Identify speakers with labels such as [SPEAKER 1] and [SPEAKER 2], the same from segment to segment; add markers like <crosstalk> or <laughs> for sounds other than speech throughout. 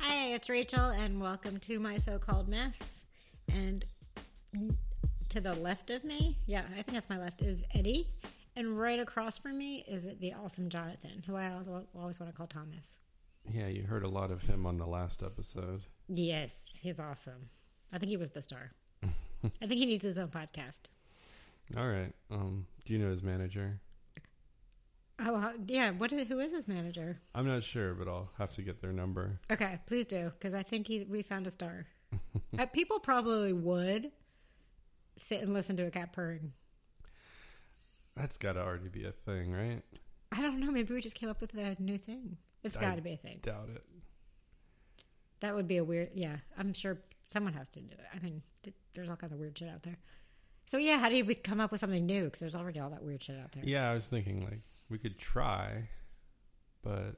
[SPEAKER 1] Hey, it's Rachel, and welcome to my so called mess. And to the left of me, yeah, I think that's my left, is Eddie. And right across from me is the awesome Jonathan, who I also always want to call Thomas.
[SPEAKER 2] Yeah, you heard a lot of him on the last episode.
[SPEAKER 1] Yes, he's awesome. I think he was the star. I think he needs his own podcast.
[SPEAKER 2] All right. Um, do you know his manager?
[SPEAKER 1] Oh, how- yeah. What is, who is his manager?
[SPEAKER 2] I'm not sure, but I'll have to get their number.
[SPEAKER 1] Okay, please do, because I think he, we found a star. uh, people probably would sit and listen to a cat purring.
[SPEAKER 2] That's got to already be a thing, right?
[SPEAKER 1] I don't know. Maybe we just came up with a new thing. It's
[SPEAKER 2] I-
[SPEAKER 1] got to be a thing.
[SPEAKER 2] Doubt it.
[SPEAKER 1] That would be a weird. Yeah, I'm sure someone has to do it. I mean, th- there's all kinds of weird shit out there. So yeah, how do we come up with something new? Because there's already all that weird shit out there.
[SPEAKER 2] Yeah, I was thinking like we could try, but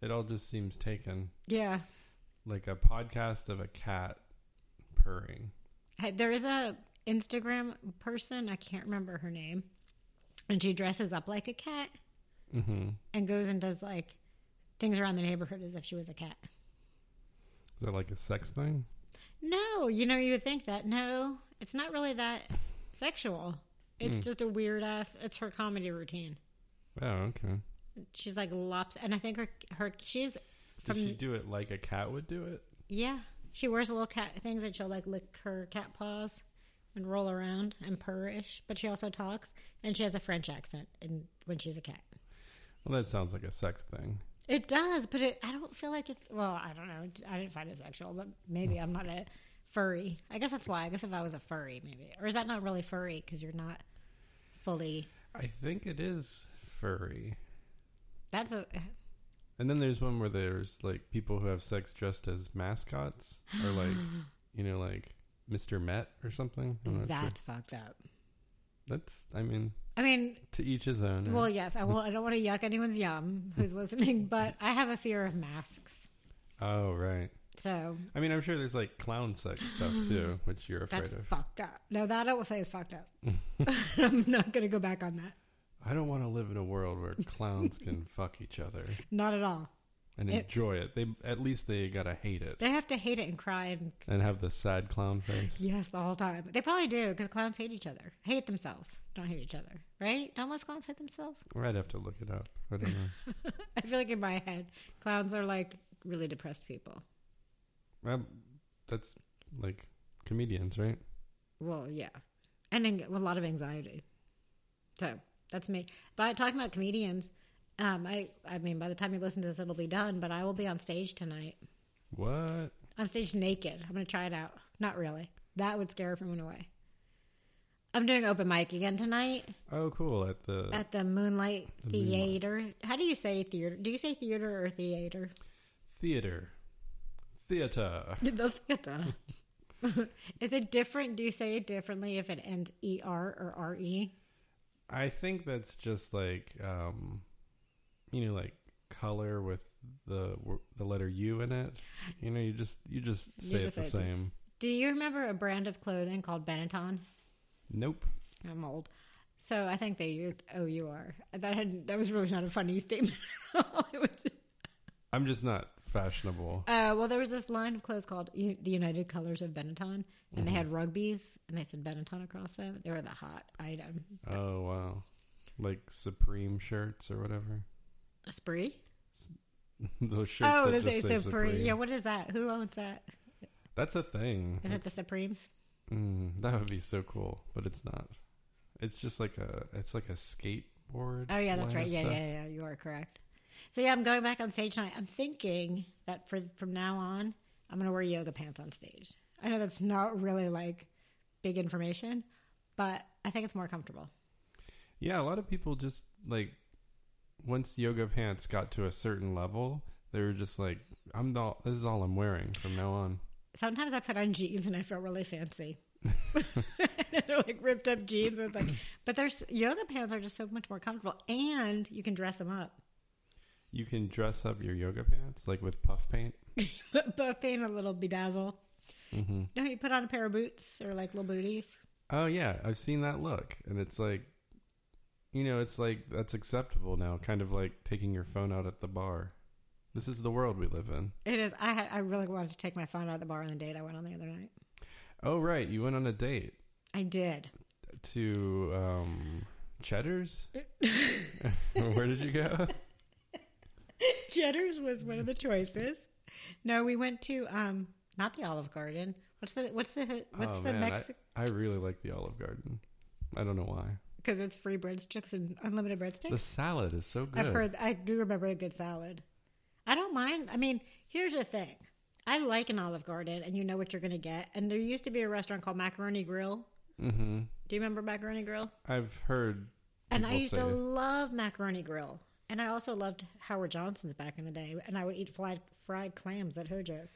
[SPEAKER 2] it all just seems taken
[SPEAKER 1] Yeah.
[SPEAKER 2] like a podcast of a cat purring.
[SPEAKER 1] Hey, There is a Instagram person. I can't remember her name, and she dresses up like a cat
[SPEAKER 2] Mm-hmm.
[SPEAKER 1] and goes and does like things around the neighborhood as if she was a cat.
[SPEAKER 2] Is that like a sex thing?
[SPEAKER 1] No, you know, you would think that. No, it's not really that sexual.
[SPEAKER 2] Hmm.
[SPEAKER 1] It's just a weird ass. It's her comedy routine.
[SPEAKER 2] Oh, okay.
[SPEAKER 1] She's like lops, and I think her her she's
[SPEAKER 2] Does
[SPEAKER 1] from
[SPEAKER 2] she do it like a cat would do it?
[SPEAKER 1] yeah. She wears little cat things, and she'll like lick her cat paws and roll around and purrish. But she also talks, and she has a French accent, and when she's a cat,
[SPEAKER 2] Well, that sounds like a sex thing.
[SPEAKER 1] it does. But it, I don't feel like it's well. I don't know. I didn't find it sexual, but maybe I'm not a furry. I guess that's why. I guess if I was a furry, maybe, or is that not really furry because you're not fully.
[SPEAKER 2] I think it is furry.
[SPEAKER 1] That's a
[SPEAKER 2] And then there's one where there's like people who have sex dressed as mascots
[SPEAKER 1] <gasps>
[SPEAKER 2] or like, you know, like Mr. Met or something. I'm not sure.
[SPEAKER 1] that's fucked up.
[SPEAKER 2] That's, I mean,
[SPEAKER 1] I mean,
[SPEAKER 2] to each his own. right?
[SPEAKER 1] Well, yes, I, won't, I don't want to yuck anyone's yum who's listening, <laughs> but I have a fear of masks.
[SPEAKER 2] oh, right.
[SPEAKER 1] So
[SPEAKER 2] I mean, I'm sure there's like clown sex
[SPEAKER 1] <gasps>
[SPEAKER 2] stuff too, which you're afraid
[SPEAKER 1] that's
[SPEAKER 2] of.
[SPEAKER 1] fucked up. No, that I will say is fucked
[SPEAKER 2] <laughs>
[SPEAKER 1] up. <laughs> I'm not going to go back on that.
[SPEAKER 2] I don't want to live in a world where
[SPEAKER 1] <laughs>
[SPEAKER 2] clowns can fuck each other
[SPEAKER 1] Not at all.
[SPEAKER 2] and
[SPEAKER 1] It-
[SPEAKER 2] enjoy it. They at least they gotta hate it
[SPEAKER 1] They have to hate it and cry and
[SPEAKER 2] and have the sad clown face.
[SPEAKER 1] yes the whole time. They probably do because clowns hate each other, hate themselves, don't hate each other, right? Don't most clowns hate themselves?
[SPEAKER 2] Or I'd have to look it up. I don't
[SPEAKER 1] <laughs>
[SPEAKER 2] know.
[SPEAKER 1] I feel like in my head, clowns are like really depressed people.
[SPEAKER 2] um, that's like comedians, right?
[SPEAKER 1] Well, yeah, and then a lot of anxiety. So that's me. But talking about comedians, um, I I mean, by the time you listen to this, it'll be done. But I will be on stage tonight,
[SPEAKER 2] What?
[SPEAKER 1] on stage naked. I'm gonna try it out. Not really. That would scare everyone away. I'm doing open mic again tonight
[SPEAKER 2] Oh, cool! At the
[SPEAKER 1] at the Moonlight
[SPEAKER 2] The Moonlight.
[SPEAKER 1] Theater. How do you say theater? Do you say theater or theater? <laughs>
[SPEAKER 2] theater theater
[SPEAKER 1] the theater. <laughs> Is it different? Do you say it differently if it ends er or E? re?
[SPEAKER 2] i think that's just like um you know like color with the wor- the letter u in it you know you just you just
[SPEAKER 1] You
[SPEAKER 2] say
[SPEAKER 1] just say
[SPEAKER 2] it the
[SPEAKER 1] it to-
[SPEAKER 2] same
[SPEAKER 1] Do you remember a brand of clothing called Benetton?
[SPEAKER 2] nope
[SPEAKER 1] I'm old. So I think they used O U R. That had that was really not a funny <laughs> statement. at all. It was-
[SPEAKER 2] i'm just not fashionable
[SPEAKER 1] uh, well, there was this line of clothes called U- the United Colors of Benetton, and
[SPEAKER 2] Mm-hmm.
[SPEAKER 1] they had rugbies, and they said Benetton across them. They were the hot item.
[SPEAKER 2] oh wow like supreme shirts or whatever <laughs>
[SPEAKER 1] Spree?
[SPEAKER 2] those shirts
[SPEAKER 1] Oh,
[SPEAKER 2] that
[SPEAKER 1] they say
[SPEAKER 2] just say
[SPEAKER 1] Supreme.
[SPEAKER 2] supreme.
[SPEAKER 1] Yeah, what is that? Who owns that?
[SPEAKER 2] that's a thing
[SPEAKER 1] Is it the Supremes?
[SPEAKER 2] mm, that would be so cool but it's not it's just like a it's like a skateboard
[SPEAKER 1] Oh yeah, that's
[SPEAKER 2] line
[SPEAKER 1] right.
[SPEAKER 2] of
[SPEAKER 1] Yeah,
[SPEAKER 2] stuff.
[SPEAKER 1] yeah, yeah. You are correct. So yeah, I'm going back on stage tonight. I'm thinking that for from now on, I'm gonna wear yoga pants on stage. I know that's not really like big information, but I think it's more comfortable.
[SPEAKER 2] Yeah, a lot of people just like once yoga pants got to a certain level, they were just like, "I'm the, this is all I'm wearing from now on."
[SPEAKER 1] Sometimes I put on jeans and I feel really fancy. <laughs> they're like ripped up jeans with like, but there's yoga pants are just so much more comfortable, and you can dress them up. <laughs>
[SPEAKER 2] You can dress up your yoga pants like with puff paint.
[SPEAKER 1] Buff paint a little bedazzle.
[SPEAKER 2] Mm-hmm.
[SPEAKER 1] No, you put on a pair of boots or like little booties.
[SPEAKER 2] Oh yeah, I've seen that look, and it's like, you know, it's like that's acceptable now. Kind of like taking your phone out at the bar. This is the world we live in.
[SPEAKER 1] It is. I had. I really wanted to take my phone out of the bar on the date I went on the other night.
[SPEAKER 2] Oh right, you went on a date
[SPEAKER 1] I did.
[SPEAKER 2] to um Cheddar's. <laughs> Where did you go?
[SPEAKER 1] Cheddar's was one of the choices. No, we went to um not the Olive Garden. What's the what's the what's
[SPEAKER 2] oh
[SPEAKER 1] the
[SPEAKER 2] man,
[SPEAKER 1] Mexican?
[SPEAKER 2] I, I really like the Olive Garden. I don't know why.
[SPEAKER 1] Because it's free breadsticks and unlimited breadsticks.
[SPEAKER 2] The salad is so good.
[SPEAKER 1] I've heard. I do remember a good salad. I don't mind. I mean, here's the thing. I like an Olive Garden, and you know what you're going to get. And there used to be a restaurant called Macaroni Grill.
[SPEAKER 2] hmm
[SPEAKER 1] Do you remember Macaroni Grill?
[SPEAKER 2] I've heard.
[SPEAKER 1] And I
[SPEAKER 2] people
[SPEAKER 1] used
[SPEAKER 2] say-
[SPEAKER 1] to love Macaroni Grill. And I also loved Howard Johnson's back in the day. And I would eat fried, fried clams at Hojo's.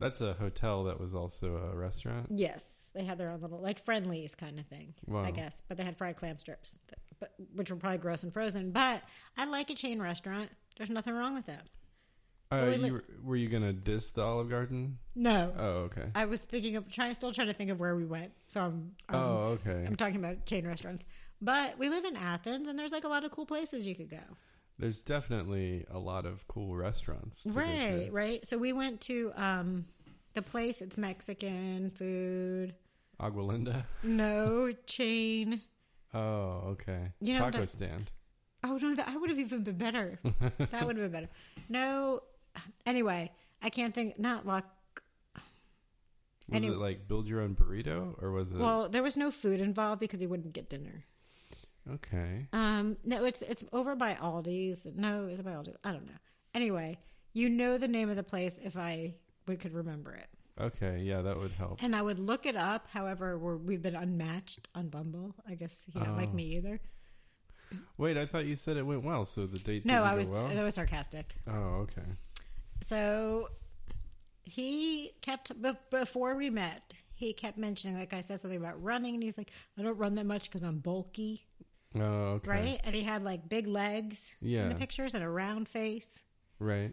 [SPEAKER 2] That's a hotel that was also a restaurant.
[SPEAKER 1] Yes, they had their own little like friendlies kind of thing,
[SPEAKER 2] Wow.
[SPEAKER 1] I guess. But they had fried clam strips, th- but which were probably gross and frozen. But I like a chain restaurant. There's nothing wrong with that.
[SPEAKER 2] Uh,
[SPEAKER 1] we
[SPEAKER 2] you, were- were you gonna diss the Olive Garden?
[SPEAKER 1] No,
[SPEAKER 2] Oh okay.
[SPEAKER 1] I was thinking of trying, still trying to think of where we went. So I'm, I'm,
[SPEAKER 2] oh okay.
[SPEAKER 1] I'm talking about chain restaurants. But we live in Athens, and there's like a lot of cool places you could go.
[SPEAKER 2] There's definitely a lot of cool restaurants. to go to.
[SPEAKER 1] Right, right. So we went to um, the place. It's Mexican food.
[SPEAKER 2] Agualinda.
[SPEAKER 1] No chain.
[SPEAKER 2] Oh okay.
[SPEAKER 1] You know,
[SPEAKER 2] Taco
[SPEAKER 1] the-
[SPEAKER 2] stand.
[SPEAKER 1] Oh no, that I would have even been
[SPEAKER 2] <laughs>
[SPEAKER 1] better. that would have been better. No. Anyway, I can't think. Not luck.
[SPEAKER 2] Was
[SPEAKER 1] Any-
[SPEAKER 2] it like build your own burrito or was it
[SPEAKER 1] Well, there was no food involved because you wouldn't get dinner.
[SPEAKER 2] okay?
[SPEAKER 1] Um, no, it's it's over by Aldi's. No, is it by Aldi's? I don't know. Anyway, you know the name of the place if I we could remember it,
[SPEAKER 2] Okay, yeah, that would help.
[SPEAKER 1] and I would look it up. However, we're, we've been unmatched on Bumble. I guess he don't like
[SPEAKER 2] Oh.
[SPEAKER 1] me either.
[SPEAKER 2] Wait, I thought you said it went well, so the date
[SPEAKER 1] No,
[SPEAKER 2] didn't
[SPEAKER 1] I
[SPEAKER 2] go
[SPEAKER 1] was uh,
[SPEAKER 2] well?
[SPEAKER 1] that was sarcastic.
[SPEAKER 2] Oh, okay.
[SPEAKER 1] So he kept b- before we met. He kept mentioning, like I said, something about running, and he's like, "I don't run that much because I'm bulky,
[SPEAKER 2] Oh, okay.
[SPEAKER 1] right?" And he had like big legs in
[SPEAKER 2] Yeah.
[SPEAKER 1] the pictures and a round face.
[SPEAKER 2] Right.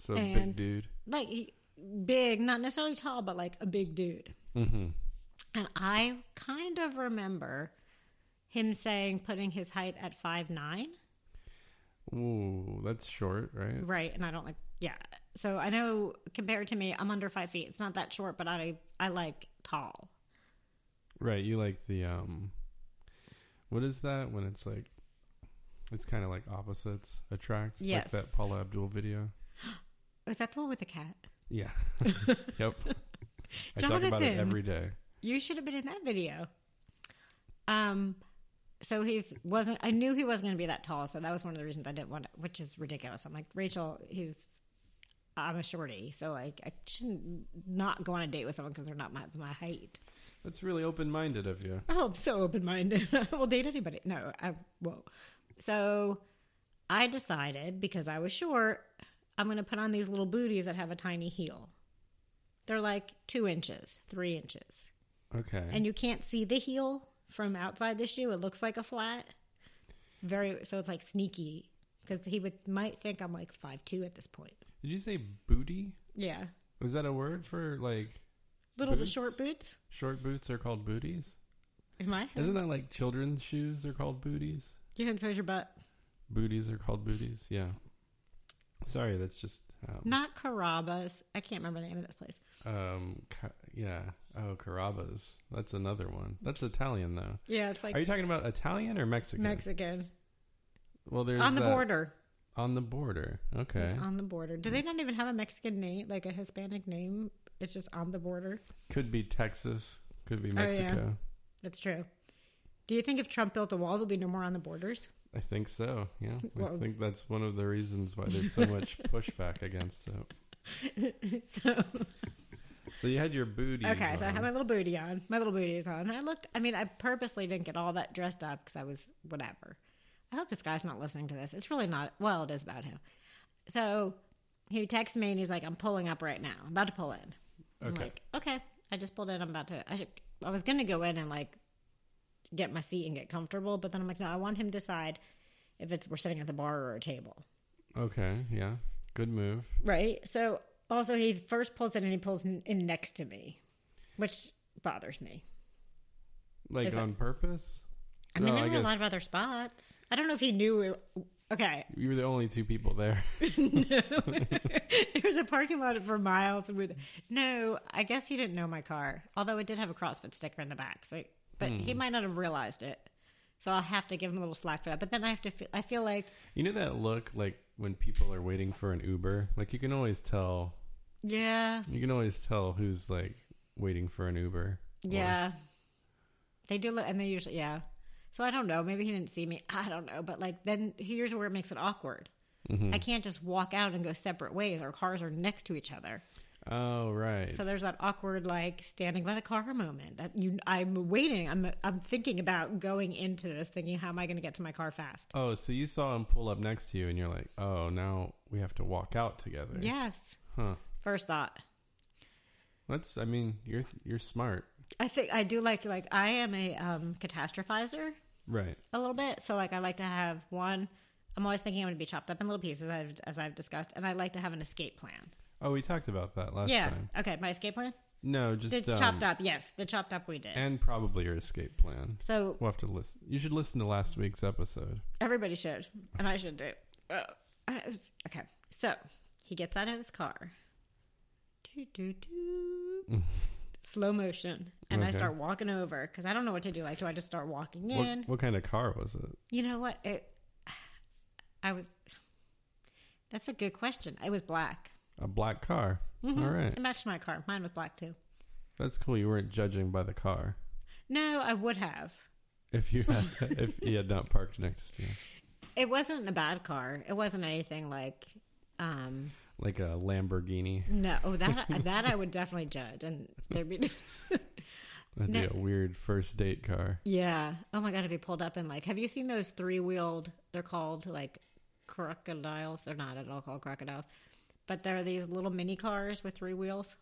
[SPEAKER 2] So big
[SPEAKER 1] And-
[SPEAKER 2] dude.
[SPEAKER 1] like he- big, not necessarily tall, but like a big dude.
[SPEAKER 2] Mm-hmm.
[SPEAKER 1] And I kind of remember him saying putting his height at five nine,
[SPEAKER 2] Ooh, that's short, right?
[SPEAKER 1] right? And I don't like, yeah. So I know compared to me, I'm under five feet. It's not that short, but I I like tall.
[SPEAKER 2] Right. You like the um, what is that when it's like, it's kind of like opposites attract.
[SPEAKER 1] Yes.
[SPEAKER 2] Like that Paula Abdul video.
[SPEAKER 1] Is that the one with the cat?
[SPEAKER 2] Yeah. <laughs>
[SPEAKER 1] <laughs>
[SPEAKER 2] yep. I talk about it
[SPEAKER 1] Jonathan.
[SPEAKER 2] every day.
[SPEAKER 1] You should have been in that video. Um, so he's wasn't. I knew he wasn't going to be that tall, so that was one of the reasons I didn't want to. Which is ridiculous. I'm like Rachel. He's. I'm a shorty, so like I shouldn't not go on a date with someone because they're not my my height.
[SPEAKER 2] That's really open minded of you.
[SPEAKER 1] Oh, I'm so open <laughs> minded. I will date anybody. No, I won't. So I decided because I was short, I'm going to put on these little booties that have a tiny heel. They're like two inches, three inches
[SPEAKER 2] Okay.
[SPEAKER 1] and you can't see the heel from outside the shoe. It looks like a flat. Very so it's like sneaky because he would might think I'm like five two at this point.
[SPEAKER 2] Did you say booty?
[SPEAKER 1] Yeah,
[SPEAKER 2] Is that a word for like
[SPEAKER 1] little
[SPEAKER 2] Boots?
[SPEAKER 1] short boots.
[SPEAKER 2] short boots are called booties?
[SPEAKER 1] Am I?
[SPEAKER 2] Isn't that like children's shoes are called booties?
[SPEAKER 1] Yeah, and so is your butt.
[SPEAKER 2] Booties are called booties. Yeah. Sorry, that's just um,
[SPEAKER 1] Not Carabas. I can't remember the name of this place.
[SPEAKER 2] um ca- yeah. Oh, carabas. That's another one. That's Italian though.
[SPEAKER 1] Yeah, it's
[SPEAKER 2] are
[SPEAKER 1] like
[SPEAKER 2] you talking about Italian or Mexican?
[SPEAKER 1] Mexican
[SPEAKER 2] well, there's
[SPEAKER 1] on the
[SPEAKER 2] that-
[SPEAKER 1] border.
[SPEAKER 2] On the border. Okay.
[SPEAKER 1] It's on the border. Do they not even have a Mexican name, like a Hispanic name? It's just on the border.
[SPEAKER 2] Could be Texas. Could be
[SPEAKER 1] Oh, yeah.
[SPEAKER 2] Mexico.
[SPEAKER 1] That's true. Do you think if Trump built a wall, there'll be no more on the borders? <laughs>
[SPEAKER 2] I think so. Yeah.
[SPEAKER 1] Well-
[SPEAKER 2] I think that's one of the reasons why there's
[SPEAKER 1] <laughs>
[SPEAKER 2] so much pushback against it.
[SPEAKER 1] so
[SPEAKER 2] So you had your booty.
[SPEAKER 1] Okay, so I have my little booty on. My little booty is on. I looked. I mean, I purposely didn't get all that dressed up because I was whatever. I hope this guy's not listening to this. It's really not. Well, it is about him. So he texts me and he's like, "I'm pulling up right now. I'm about to pull in." I'm
[SPEAKER 2] Okay.
[SPEAKER 1] like, "Okay, I just pulled in. I'm about to. I should. I was gonna go in and like get my seat and get comfortable, but then I'm like, no, I want him to decide if it's we're sitting at the bar or a table,
[SPEAKER 2] Okay. Yeah. Good move.
[SPEAKER 1] right? So also he first pulls in and he pulls in in next to me, which bothers me.
[SPEAKER 2] Like
[SPEAKER 1] Is it-
[SPEAKER 2] on purpose.
[SPEAKER 1] I mean,
[SPEAKER 2] No,
[SPEAKER 1] there
[SPEAKER 2] I
[SPEAKER 1] were a lot
[SPEAKER 2] guess-
[SPEAKER 1] of other spots. I don't know if he knew Okay. <laughs>
[SPEAKER 2] You were the only two people there.
[SPEAKER 1] no. There's a parking lot for miles. And we're th- no, I guess he didn't know my car, although it did have a CrossFit sticker in the back. So, but he
[SPEAKER 2] Hmm.
[SPEAKER 1] might not have realized it. So I'll have to give him a little slack for that. But then I have to. Feel, I feel like
[SPEAKER 2] You know that look like when people are waiting for an Uber? Like you can always tell
[SPEAKER 1] yeah,
[SPEAKER 2] you can always tell who's like waiting for an Uber.
[SPEAKER 1] yeah, they do look, and they usually yeah. So I don't know. Maybe he didn't see me. <laughs> I don't know. But like then here's where it makes it awkward.
[SPEAKER 2] Mm-hmm.
[SPEAKER 1] I can't just walk out and go separate ways. Our cars are next to each other.
[SPEAKER 2] Oh right.
[SPEAKER 1] So there's that awkward like standing by the car moment that you I'm waiting. I'm I'm thinking about going into this thinking how am I going to get to my car fast?
[SPEAKER 2] oh, so you saw him pull up next to you and you're like, "Oh, now we have to walk out together."
[SPEAKER 1] Yes.
[SPEAKER 2] Huh.
[SPEAKER 1] First thought.
[SPEAKER 2] That's I mean, you're you're smart.
[SPEAKER 1] I think I do like like I am a um catastrophizer
[SPEAKER 2] Right.
[SPEAKER 1] a little bit. So like I like to have one I'm always thinking I'm going to be chopped up in little pieces as I've, as I've discussed and I like to have an escape plan.
[SPEAKER 2] Oh, we talked about that last
[SPEAKER 1] yeah.
[SPEAKER 2] time.
[SPEAKER 1] Okay, my escape plan?
[SPEAKER 2] No, just
[SPEAKER 1] It's
[SPEAKER 2] um,
[SPEAKER 1] chopped up. Yes, the chopped up we did.
[SPEAKER 2] and probably your escape plan.
[SPEAKER 1] so
[SPEAKER 2] We'll have to listen. You should listen to last week's episode.
[SPEAKER 1] Everybody should, and I should do. Uh, I was- okay, so he gets out of his car. Do, do,
[SPEAKER 2] <laughs>
[SPEAKER 1] do. Slow motion, and I
[SPEAKER 2] Okay.
[SPEAKER 1] start walking over because I don't know what to do. Like, do I just start walking in?
[SPEAKER 2] What, what kind of car was it?
[SPEAKER 1] You know what? It, I was. That's a good question. It was black. Mm-hmm.
[SPEAKER 2] A black car. All right.
[SPEAKER 1] It matched my car. Mine was black too.
[SPEAKER 2] That's cool. You weren't judging by the car.
[SPEAKER 1] No, I would have.
[SPEAKER 2] If you had, <laughs> if he had not parked next to you.
[SPEAKER 1] It wasn't a bad car. It wasn't anything like. Um,
[SPEAKER 2] Like a Lamborghini.
[SPEAKER 1] no, that that I would definitely judge, and there'd be.
[SPEAKER 2] That'd
[SPEAKER 1] No.
[SPEAKER 2] be a weird first date car.
[SPEAKER 1] Yeah. Oh my god, if you pulled up and like, have you seen those three wheeled? They're called like crocodiles. They're not at all called crocodiles, but they're these little mini cars with three wheels.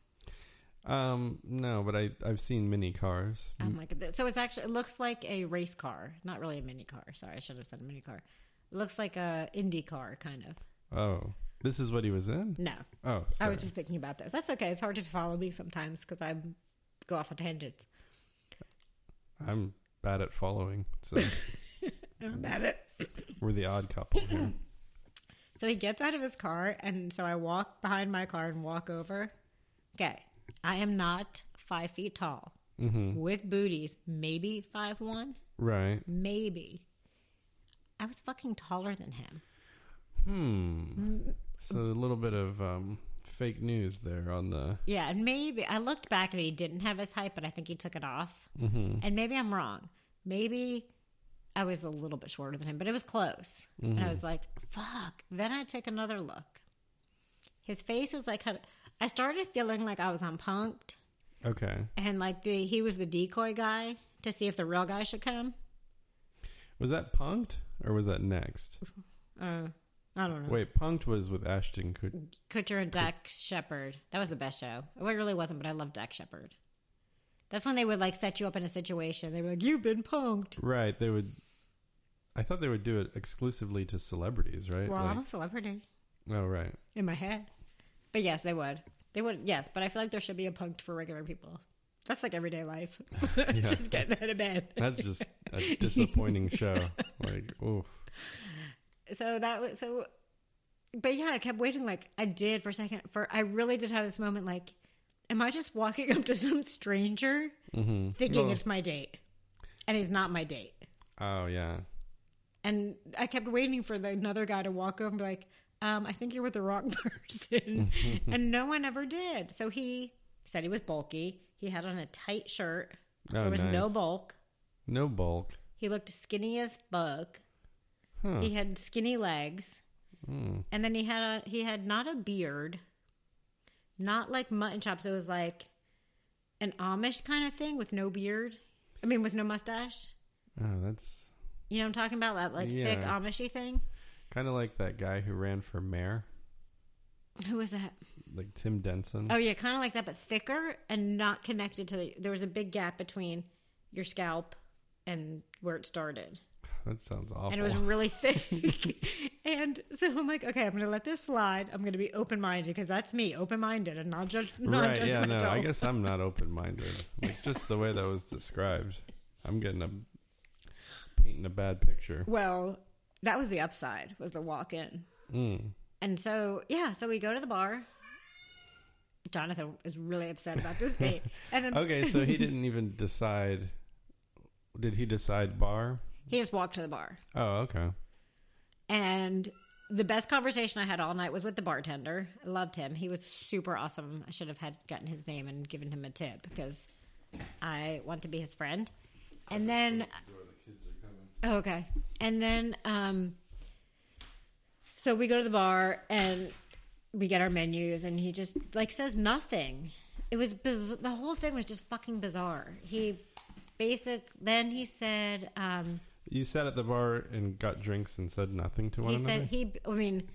[SPEAKER 2] Um, no, but I I've seen mini cars.
[SPEAKER 1] Oh my god! So it's actually it looks like a race car, not really a mini car. Sorry, I should have said a mini car. It looks like a Indy car, kind of.
[SPEAKER 2] Oh, this is what he was in.
[SPEAKER 1] No,
[SPEAKER 2] Oh,
[SPEAKER 1] I
[SPEAKER 2] sorry.
[SPEAKER 1] was just thinking about this. That's okay. It's hard to follow me sometimes because I go off on tangents.
[SPEAKER 2] I'm bad at following,
[SPEAKER 1] <laughs>
[SPEAKER 2] so
[SPEAKER 1] I'm bad at
[SPEAKER 2] we're the odd
[SPEAKER 1] <laughs>
[SPEAKER 2] couple here.
[SPEAKER 1] So he gets out of his car, and so I walk behind my car and walk over. Okay, I am not five feet tall with booties, maybe five one,
[SPEAKER 2] Right.
[SPEAKER 1] maybe. I was fucking taller than him.
[SPEAKER 2] Hmm.
[SPEAKER 1] Mm.
[SPEAKER 2] So a little bit of um, fake news there on the.
[SPEAKER 1] Yeah, and maybe I looked back and he didn't have his height, but I think he took it off. And maybe I'm wrong. Maybe I was a little bit shorter than him, but it was close. And I was like, fuck. Then I took another look. His face is like, kind of- I started feeling like I was on punked.
[SPEAKER 2] Okay.
[SPEAKER 1] and like the he was the decoy guy to see if the real guy should come.
[SPEAKER 2] Was that punked or was that next?
[SPEAKER 1] Uh, I don't know.
[SPEAKER 2] Wait, punked was with Ashton Kutcher.
[SPEAKER 1] Kutcher and Dax Shepard. That was the best show. Well, it really wasn't, but I love Dax Shepard. That's when they would like set you up in a situation. They were like, "You've been punked."
[SPEAKER 2] Right. They would. I thought they would do it exclusively to celebrities, right?
[SPEAKER 1] Well, I'm
[SPEAKER 2] Like-
[SPEAKER 1] a celebrity
[SPEAKER 2] oh, right.
[SPEAKER 1] in my head, but yes, they would. They would. Yes, but I feel like there should be a punked for regular people. That's like everyday life. <laughs> Just getting out of bed.
[SPEAKER 2] That's just
[SPEAKER 1] <laughs>
[SPEAKER 2] a disappointing show. Like, oof.
[SPEAKER 1] so that was so but yeah i kept waiting like i did for a second for i really did have this moment like am i just walking <laughs> up to some stranger thinking
[SPEAKER 2] Well-
[SPEAKER 1] it's my date and he's not my date
[SPEAKER 2] Oh, yeah.
[SPEAKER 1] and i kept waiting for the, another guy to walk over and be like um, i think you're with the wrong <laughs>
[SPEAKER 2] <laughs>
[SPEAKER 1] person and no one ever did so he said he was bulky he had on a tight shirt
[SPEAKER 2] Oh,
[SPEAKER 1] there was no
[SPEAKER 2] nice.
[SPEAKER 1] bulk
[SPEAKER 2] No bulk.
[SPEAKER 1] he looked skinny as fuck.
[SPEAKER 2] Huh. Hmm.
[SPEAKER 1] He had skinny legs, and then he had a, he had not a beard, not like mutton chops. It was like an Amish kind of thing with no beard. I mean, with no mustache.
[SPEAKER 2] Oh, that's
[SPEAKER 1] You know what I'm talking about? That like thick
[SPEAKER 2] Yeah.
[SPEAKER 1] Amishy thing.
[SPEAKER 2] kind of like that guy who ran for mayor,
[SPEAKER 1] Who was that?
[SPEAKER 2] like Tim Denson.
[SPEAKER 1] Oh yeah, kind of like that, but thicker and not connected to the. There was a big gap between your scalp and where it started.
[SPEAKER 2] That sounds awful. <laughs>
[SPEAKER 1] and it was really thick. and so I'm like, okay, I'm gonna let this slide. I'm gonna be open minded because that's me, open minded and not judge, not
[SPEAKER 2] right. Yeah. No,
[SPEAKER 1] judgmental.
[SPEAKER 2] I guess I'm not open minded. like, just the way that was described. I'm getting a. painting a bad picture.
[SPEAKER 1] Well, that was the upside was the walk in.
[SPEAKER 2] Mm.
[SPEAKER 1] And so, yeah, so we go to the bar. Jonathan is really upset about this date. And <laughs> I'm-
[SPEAKER 2] <laughs> Okay, so he didn't even decide. Did he decide bar?
[SPEAKER 1] he just walked to the bar.
[SPEAKER 2] Oh, okay.
[SPEAKER 1] And the best conversation I had all night was with the bartender. I loved him. He was super awesome. I should have had gotten his name and given him a tip because I want to be his friend. And then Oh, okay. And then um so we go to the bar and we get our menus and he just like says nothing. It was biz- the whole thing was just fucking bizarre. He basic then he said um
[SPEAKER 2] You sat at the bar and got drinks and said nothing to one
[SPEAKER 1] he
[SPEAKER 2] another.
[SPEAKER 1] said he i mean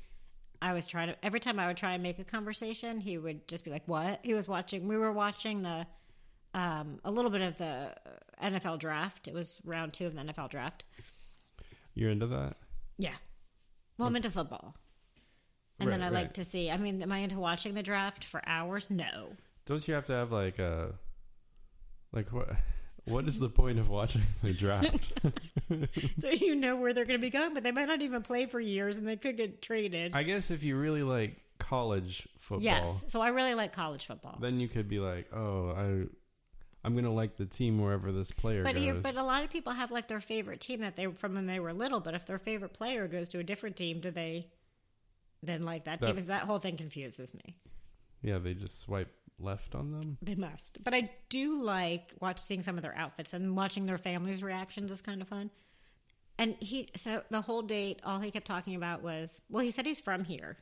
[SPEAKER 1] i was trying to every time i would try and make a conversation he would just be like what he was watching we were watching the um, a little bit of the nfl draft it was round two of the nfl draft
[SPEAKER 2] You're into that?
[SPEAKER 1] yeah well i'm into football and then i
[SPEAKER 2] Mm. Right,
[SPEAKER 1] like
[SPEAKER 2] right.
[SPEAKER 1] to see i mean am i into watching the draft for hours no <laughs>
[SPEAKER 2] Don't you have to have like a like what? What is the point of watching
[SPEAKER 1] <laughs>
[SPEAKER 2] the draft?
[SPEAKER 1] so you know where they're going to be going but they might not even play for years and they could get traded
[SPEAKER 2] I guess if you really like college football,
[SPEAKER 1] yes so i really like college football
[SPEAKER 2] then you could be like, oh, I, I'm gonna like the team wherever this player
[SPEAKER 1] But
[SPEAKER 2] goes.
[SPEAKER 1] here, but a lot of people have like their favorite team that they from when they were little. But if their favorite player goes to a different team, do they then like that team?
[SPEAKER 2] That-
[SPEAKER 1] Is that whole thing confuses me?
[SPEAKER 2] yeah, they just swipe left on them.
[SPEAKER 1] They must. But I do like watch seeing some of their outfits and watching their families' reactions is kind of fun. And he so the whole date, all he kept talking about was well, he said he's from here,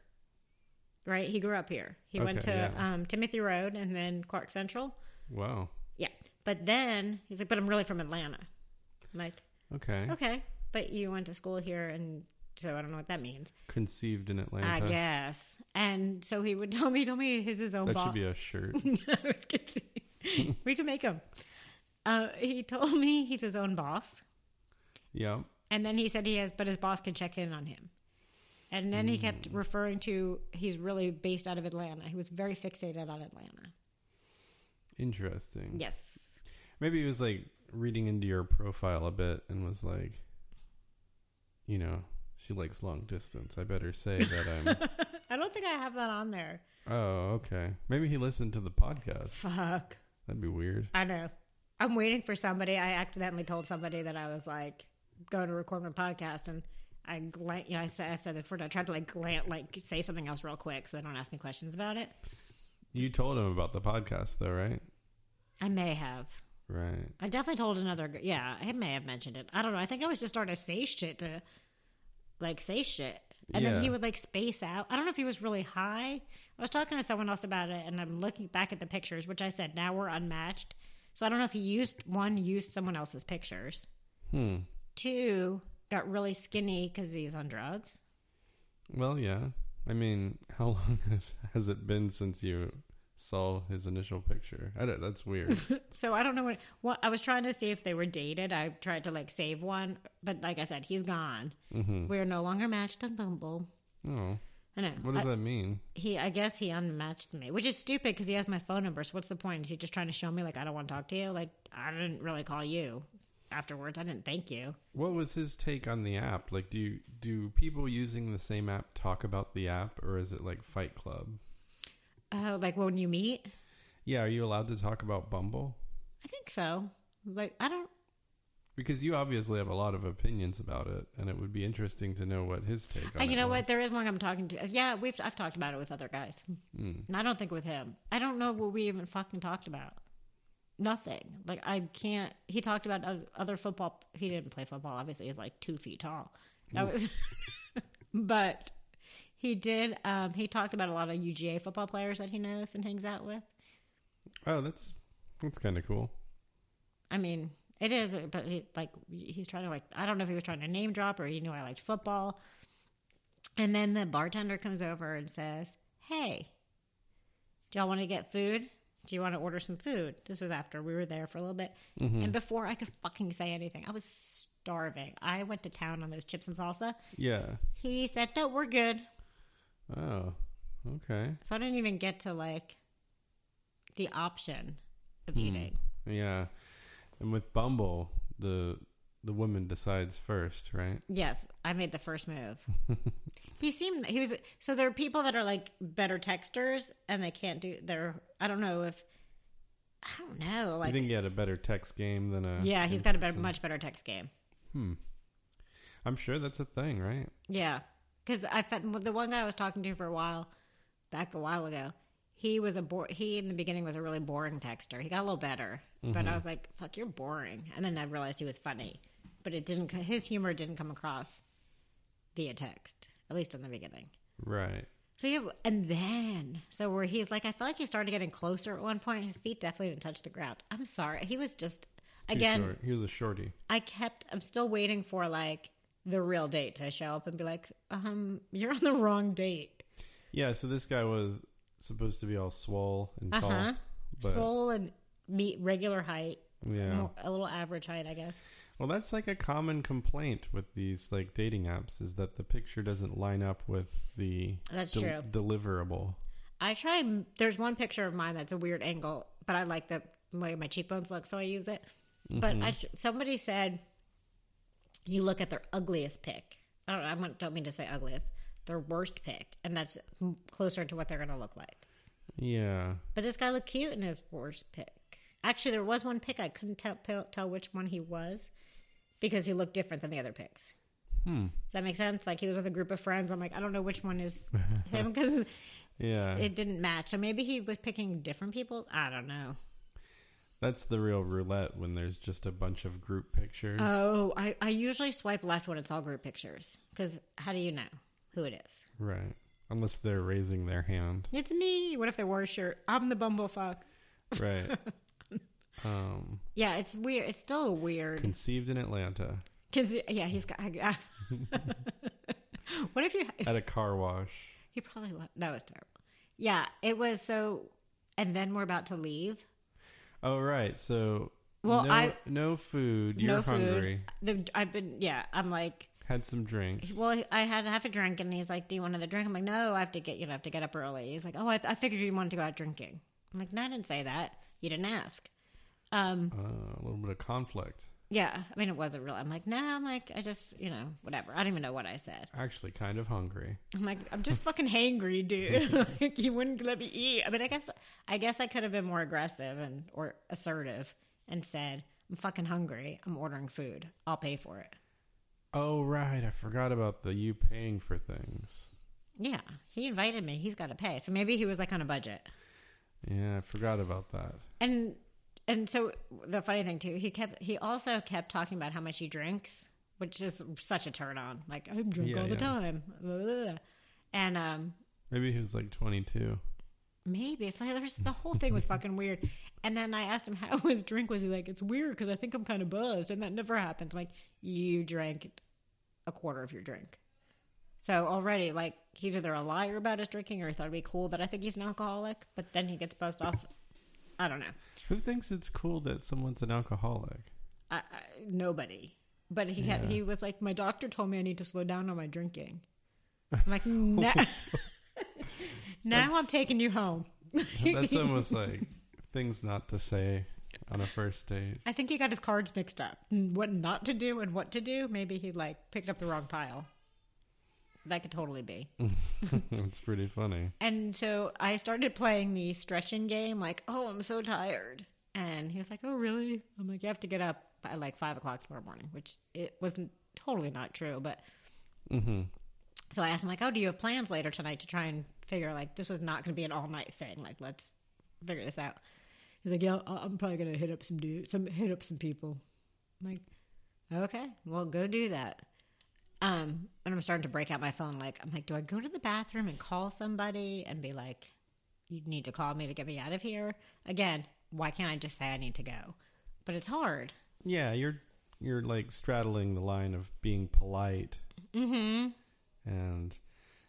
[SPEAKER 1] right? He grew up here. He went to
[SPEAKER 2] Okay, yeah.
[SPEAKER 1] um, Timothy Road and then Clark Central.
[SPEAKER 2] Wow.
[SPEAKER 1] Yeah, but then he's like, but I'm really from Atlanta. I'm like.
[SPEAKER 2] Okay.
[SPEAKER 1] Okay, but you went to school here, and so I don't know what that means.
[SPEAKER 2] Conceived in Atlanta.
[SPEAKER 1] I guess. And so he would tell me, tell me his his own
[SPEAKER 2] That
[SPEAKER 1] boss.
[SPEAKER 2] should be
[SPEAKER 1] <laughs>
[SPEAKER 2] a shirt.
[SPEAKER 1] we can make him. Uh, he told me he's his own boss,
[SPEAKER 2] yeah.
[SPEAKER 1] and then he said he has, but his boss can check in on him. And then he kept
[SPEAKER 2] Mm.
[SPEAKER 1] referring to he's really based out of Atlanta. He was very fixated on Atlanta.
[SPEAKER 2] Interesting.
[SPEAKER 1] Yes.
[SPEAKER 2] Maybe he was like reading into your profile a bit and was like, you know, she likes long distance. I better say that
[SPEAKER 1] I don't think I have that on there.
[SPEAKER 2] I'm. oh, okay. Maybe he listened to the podcast.
[SPEAKER 1] Fuck.
[SPEAKER 2] That'd be weird.
[SPEAKER 1] I know. I'm waiting for somebody. I accidentally told somebody that I was like going to record my podcast, and I glan You know, I said, I said that first. I tried to like glance, like say something else real quick, so they don't ask me questions about it.
[SPEAKER 2] You told him about the podcast, though, right?
[SPEAKER 1] I may have.
[SPEAKER 2] Right.
[SPEAKER 1] I definitely told another. g- Yeah, I may have mentioned it. I don't know. I think I was just starting to say shit to like say shit, and then
[SPEAKER 2] Yeah.
[SPEAKER 1] he would like space out. I don't know if he was really high. I was talking to someone else about it, and I'm looking back at the pictures, which I said now we're unmatched. So I don't know if he used one used someone else's pictures.
[SPEAKER 2] Hmm.
[SPEAKER 1] two got really skinny because he's on drugs.
[SPEAKER 2] Well, yeah. I mean, how <laughs> long has it been since you saw his initial picture? I don't, that's weird.
[SPEAKER 1] So I don't know what, what I was trying to see if they were dated. I tried to like save one, but like I said, he's gone.
[SPEAKER 2] hmm
[SPEAKER 1] We are no longer matched on Bumble.
[SPEAKER 2] Oh,
[SPEAKER 1] I know.
[SPEAKER 2] what does
[SPEAKER 1] I-
[SPEAKER 2] that mean?
[SPEAKER 1] he, I guess he unmatched me, which is stupid because he has my phone number. So what's the point? Is he just trying to show me like I don't want to talk to you? Like I didn't really call you afterwards. I didn't thank you.
[SPEAKER 2] What was his take on the app? Like, do you, do people using the same app talk about the app, or is it like Fight Club?
[SPEAKER 1] Oh, like when you meet,
[SPEAKER 2] Yeah, are you allowed to talk about Bumble?
[SPEAKER 1] I think so. Like I don't.
[SPEAKER 2] Because you obviously have a lot of opinions about it, and it would be interesting to know what his take. on
[SPEAKER 1] Uh, you
[SPEAKER 2] it
[SPEAKER 1] know
[SPEAKER 2] was.
[SPEAKER 1] what? There is one I'm talking to. Yeah, we've I've talked about it with other guys.
[SPEAKER 2] Mm.
[SPEAKER 1] And I don't think with him. I don't know what we even fucking talked about. Nothing. Like I can't. He talked about oth- other football. He didn't play football. Obviously, he's like two feet tall. That was. <laughs> but he did. Um, he talked about a lot of UGA football players that he knows and hangs out with.
[SPEAKER 2] Oh, that's that's kind of cool.
[SPEAKER 1] I mean, it is. But he, like he's trying to like. I don't know if he was trying to name drop or he knew I liked football. And then the bartender comes over and says, Hey, do y'all want to get food? Do you want to order some food? This was after we were there for a little bit.
[SPEAKER 2] Hmm. Mm-hmm.
[SPEAKER 1] And before I could fucking say anything, I was starving. I went to town on those chips and salsa.
[SPEAKER 2] Yeah.
[SPEAKER 1] He said, No, we're good.
[SPEAKER 2] Oh, okay.
[SPEAKER 1] So I didn't even get to like the option of eating.
[SPEAKER 2] Yeah, and with Bumble, the the woman decides first, right?
[SPEAKER 1] Yes, I made the first move. <laughs> he seemed he was so there are people that are like better texters and they can't do their I don't know if I don't know
[SPEAKER 2] I
[SPEAKER 1] like
[SPEAKER 2] think he had a better text game than a.
[SPEAKER 1] yeah he's
[SPEAKER 2] in
[SPEAKER 1] got a better,
[SPEAKER 2] person.
[SPEAKER 1] much better text game
[SPEAKER 2] Hmm. I'm sure that's a thing, right?
[SPEAKER 1] yeah because I fe- the one guy I was talking to for a while back a while ago he was a bore he in the beginning was a really boring texter he got a little better but I was like fuck you're boring and then I realized he was funny but it didn't co- his humor didn't come across via text at least in the beginning
[SPEAKER 2] Right.
[SPEAKER 1] So yeah, and then so where he's like, I feel like he started getting closer at one point. His feet definitely didn't touch the ground. I'm sorry, he was just
[SPEAKER 2] Too
[SPEAKER 1] again.
[SPEAKER 2] short. he was a shorty.
[SPEAKER 1] I kept. I'm still waiting for like the real date to show up and be like, um, you're on the wrong date.
[SPEAKER 2] Yeah. So this guy was supposed to be all swole and
[SPEAKER 1] Uh
[SPEAKER 2] tall,
[SPEAKER 1] huh.
[SPEAKER 2] Oh, but
[SPEAKER 1] Swole and meet regular height,
[SPEAKER 2] yeah.
[SPEAKER 1] mo- a little average height, I guess.
[SPEAKER 2] Well, that's like a common complaint with these like dating apps is that the picture doesn't line up with the
[SPEAKER 1] That's
[SPEAKER 2] del-
[SPEAKER 1] true.
[SPEAKER 2] deliverable.
[SPEAKER 1] I try. And, there's one picture of mine that's a weird angle, but I like the way my cheekbones look, so I use it. But I, tr- somebody said you look at their ugliest pick. I don't. I want- don't mean to say ugliest. Their worst pick, and that's m- closer to what they're going to look like.
[SPEAKER 2] Yeah.
[SPEAKER 1] But this guy looked cute in his worst pick. Actually, there was one pick I couldn't tell tell- tell which one he was because he looked different than the other picks.
[SPEAKER 2] Hmm.
[SPEAKER 1] Does that make sense? Like he was with a group of friends. I'm like, I don't know which one is him because
[SPEAKER 2] Yeah.
[SPEAKER 1] it didn't match. So maybe he was picking different people. I don't know.
[SPEAKER 2] that's the real roulette when there's just a bunch of group pictures.
[SPEAKER 1] Oh, I, I usually swipe left when it's all group pictures because how do you know who it is?
[SPEAKER 2] right. Unless they're raising their hand.
[SPEAKER 1] It's me. What if they wore a shirt? I'm the bumblefuck. <laughs>
[SPEAKER 2] Right. um
[SPEAKER 1] Yeah, it's weird. It's still weird
[SPEAKER 2] conceived in Atlanta
[SPEAKER 1] because yeah, he's got. I,
[SPEAKER 2] <laughs>
[SPEAKER 1] what if you?
[SPEAKER 2] at a car wash.
[SPEAKER 1] He probably was. That was terrible. Yeah, it was so. And then we're about to leave.
[SPEAKER 2] Oh right. So
[SPEAKER 1] Well,
[SPEAKER 2] no,
[SPEAKER 1] I-
[SPEAKER 2] no food. You're
[SPEAKER 1] no
[SPEAKER 2] hungry.
[SPEAKER 1] food. The, I've been. Yeah, I'm like.
[SPEAKER 2] Had some drinks.
[SPEAKER 1] Well, I had half a drink, and he's like, "Do you want another drink?" I'm like, "No, I have to get you know, I have to get up early." He's like, "Oh, I, I figured you wanted to go out drinking." I'm like, "No, I didn't say that. You didn't ask." Um,
[SPEAKER 2] Uh, a little bit of conflict.
[SPEAKER 1] yeah, I mean, it wasn't real. I'm like, "No, I'm like, I just you know, whatever. I don't even know what I said."
[SPEAKER 2] Actually kind of hungry.
[SPEAKER 1] I'm like, "I'm just fucking hangry, dude. <laughs> like, you wouldn't let me eat." I mean, I guess I guess I could have been more aggressive and or assertive and said, "I'm fucking hungry. I'm ordering food. I'll pay for it."
[SPEAKER 2] Oh right, I forgot about the you paying for things.
[SPEAKER 1] Yeah, he invited me. He's got to pay. So maybe he was like on a budget.
[SPEAKER 2] Yeah, I forgot about that.
[SPEAKER 1] and and so the funny thing too he kept he also kept talking about how much he drinks which is such a turn on like i'm drunk
[SPEAKER 2] Yeah,
[SPEAKER 1] all the
[SPEAKER 2] yeah.
[SPEAKER 1] time blah, blah, blah. and um
[SPEAKER 2] Maybe he was like 22.
[SPEAKER 1] maybe it's like there's the whole thing was fucking weird and then i asked him how <laughs> his drink was he's like it's weird because i think i'm kind of buzzed and that never happens I'm like you drank a quarter of your drink so already like he's either a liar about his drinking or he thought it'd be cool that i think he's an alcoholic but then he gets buzzed off i don't know
[SPEAKER 2] Who thinks it's cool that someone's an alcoholic?
[SPEAKER 1] I, I, nobody. But he kept, he was like, my doctor told me I need to slow down on my drinking. I'm like, "Na- now I'm taking you home. <laughs>
[SPEAKER 2] That's almost like things not to say on a first date. <laughs>
[SPEAKER 1] I think he got his cards mixed up. and What not to do and what to do. Maybe he like picked up the wrong pile. That could totally be.
[SPEAKER 2] it's pretty funny.
[SPEAKER 1] And so I started playing the stretching game, like, oh, I'm so tired. And he was like, oh, really? I'm like, you have to get up by like five o'clock tomorrow morning, which it wasn't totally not true, but
[SPEAKER 2] Mm-hmm.
[SPEAKER 1] So I asked him like, "Oh, do you have plans later tonight to try and figure like this was not going to be an all night thing? Like, let's figure this out." He's like, "Yeah, I- I'm probably going to hit up some dude, some hit up some people." I'm like, "Okay, well, go do that." Um, and I'm starting to break out my phone. Like, I'm like, "Do I go to the bathroom and call somebody and be like, you need to call me to get me out of here?" Again, why can't I just say I need to go? But it's hard.
[SPEAKER 2] Yeah, you're you're like straddling the line of being polite
[SPEAKER 1] Mm-hmm.
[SPEAKER 2] and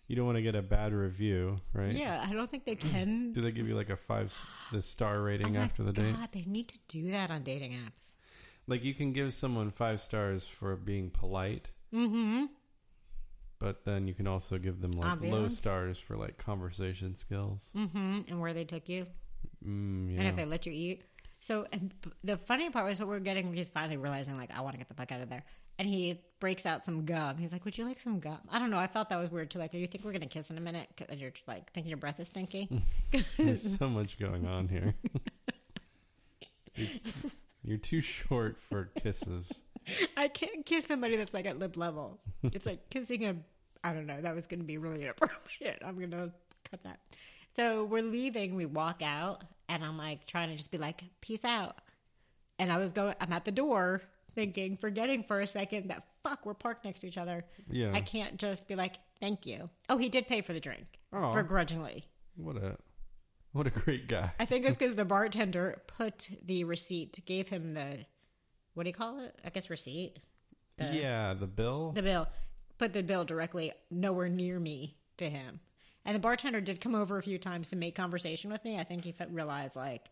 [SPEAKER 2] you don't want to get a bad review, right?
[SPEAKER 1] Yeah, I don't think they can.
[SPEAKER 2] Do they give you like a five s- the star rating
[SPEAKER 1] Oh my
[SPEAKER 2] after the date?
[SPEAKER 1] God, they need to do that on dating apps.
[SPEAKER 2] Like you can give someone five stars for being polite,
[SPEAKER 1] Mm-hmm.
[SPEAKER 2] but then you can also give them like low
[SPEAKER 1] Ambiance.
[SPEAKER 2] stars for like conversation skills.
[SPEAKER 1] Mm-hmm. And where they took you,
[SPEAKER 2] Mm, yeah.
[SPEAKER 1] and if they let you eat. So and p- the funny part was what we're getting. He's finally realizing, like, I want to get the fuck out of there. And he breaks out some gum. He's like, "Would you like some gum?" I don't know. I felt that was weird too. Like, you think we're gonna kiss in a minute? 'Cause you're like thinking your breath is stinky.
[SPEAKER 2] <laughs>
[SPEAKER 1] <laughs>
[SPEAKER 2] There's so much going on here. You're- You're too short for kisses.
[SPEAKER 1] I can't kiss somebody that's like at lip
[SPEAKER 2] <laughs>
[SPEAKER 1] level. It's like kissing a. I don't know. That was gonna be really inappropriate. I'm gonna cut that. So we're leaving. We walk out, and I'm like trying to just be like, "Peace out." And I was going. I'm at the door, thinking, forgetting for a second that fuck, we're parked next to each other.
[SPEAKER 2] Yeah.
[SPEAKER 1] I can't just be like, thank you. Oh, he did pay for the drink.
[SPEAKER 2] Aw.
[SPEAKER 1] Begrudgingly.
[SPEAKER 2] What a what a great guy.
[SPEAKER 1] I
[SPEAKER 2] <laughs>
[SPEAKER 1] think it's because the bartender put the receipt, gave him the, what do you call it? I guess receipt. The-
[SPEAKER 2] yeah, the bill.
[SPEAKER 1] The bill. Put the bill directly nowhere near me to him. And the bartender did come over a few times to make conversation with me. I think he fe- realized, like,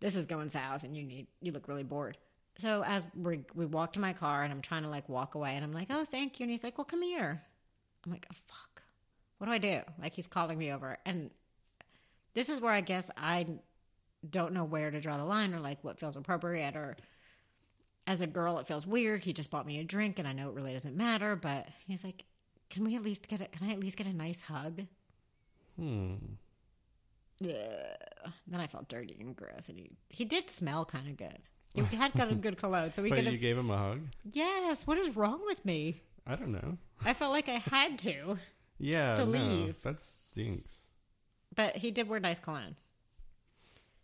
[SPEAKER 1] this is going south and you need you look really bored so as we we walk to my car and i'm trying to like walk away and i'm like oh thank you and he's like well come here i'm like oh, fuck what do i do like he's calling me over and this is where i guess i don't know where to draw the line or like what feels appropriate or as a girl it feels weird he just bought me a drink and i know it really doesn't matter but he's like can we at least get a can i at least get a nice hug
[SPEAKER 2] hmm.
[SPEAKER 1] Ugh. then I felt dirty and gross. And he, he did smell kind of good. He had got a good cologne, so we
[SPEAKER 2] But
[SPEAKER 1] could
[SPEAKER 2] you
[SPEAKER 1] have.
[SPEAKER 2] gave him a hug?
[SPEAKER 1] Yes, what is wrong with me?
[SPEAKER 2] I don't know.
[SPEAKER 1] I felt like I had to,
[SPEAKER 2] Yeah.
[SPEAKER 1] to
[SPEAKER 2] no,
[SPEAKER 1] leave.
[SPEAKER 2] That stinks.
[SPEAKER 1] but he did wear nice cologne,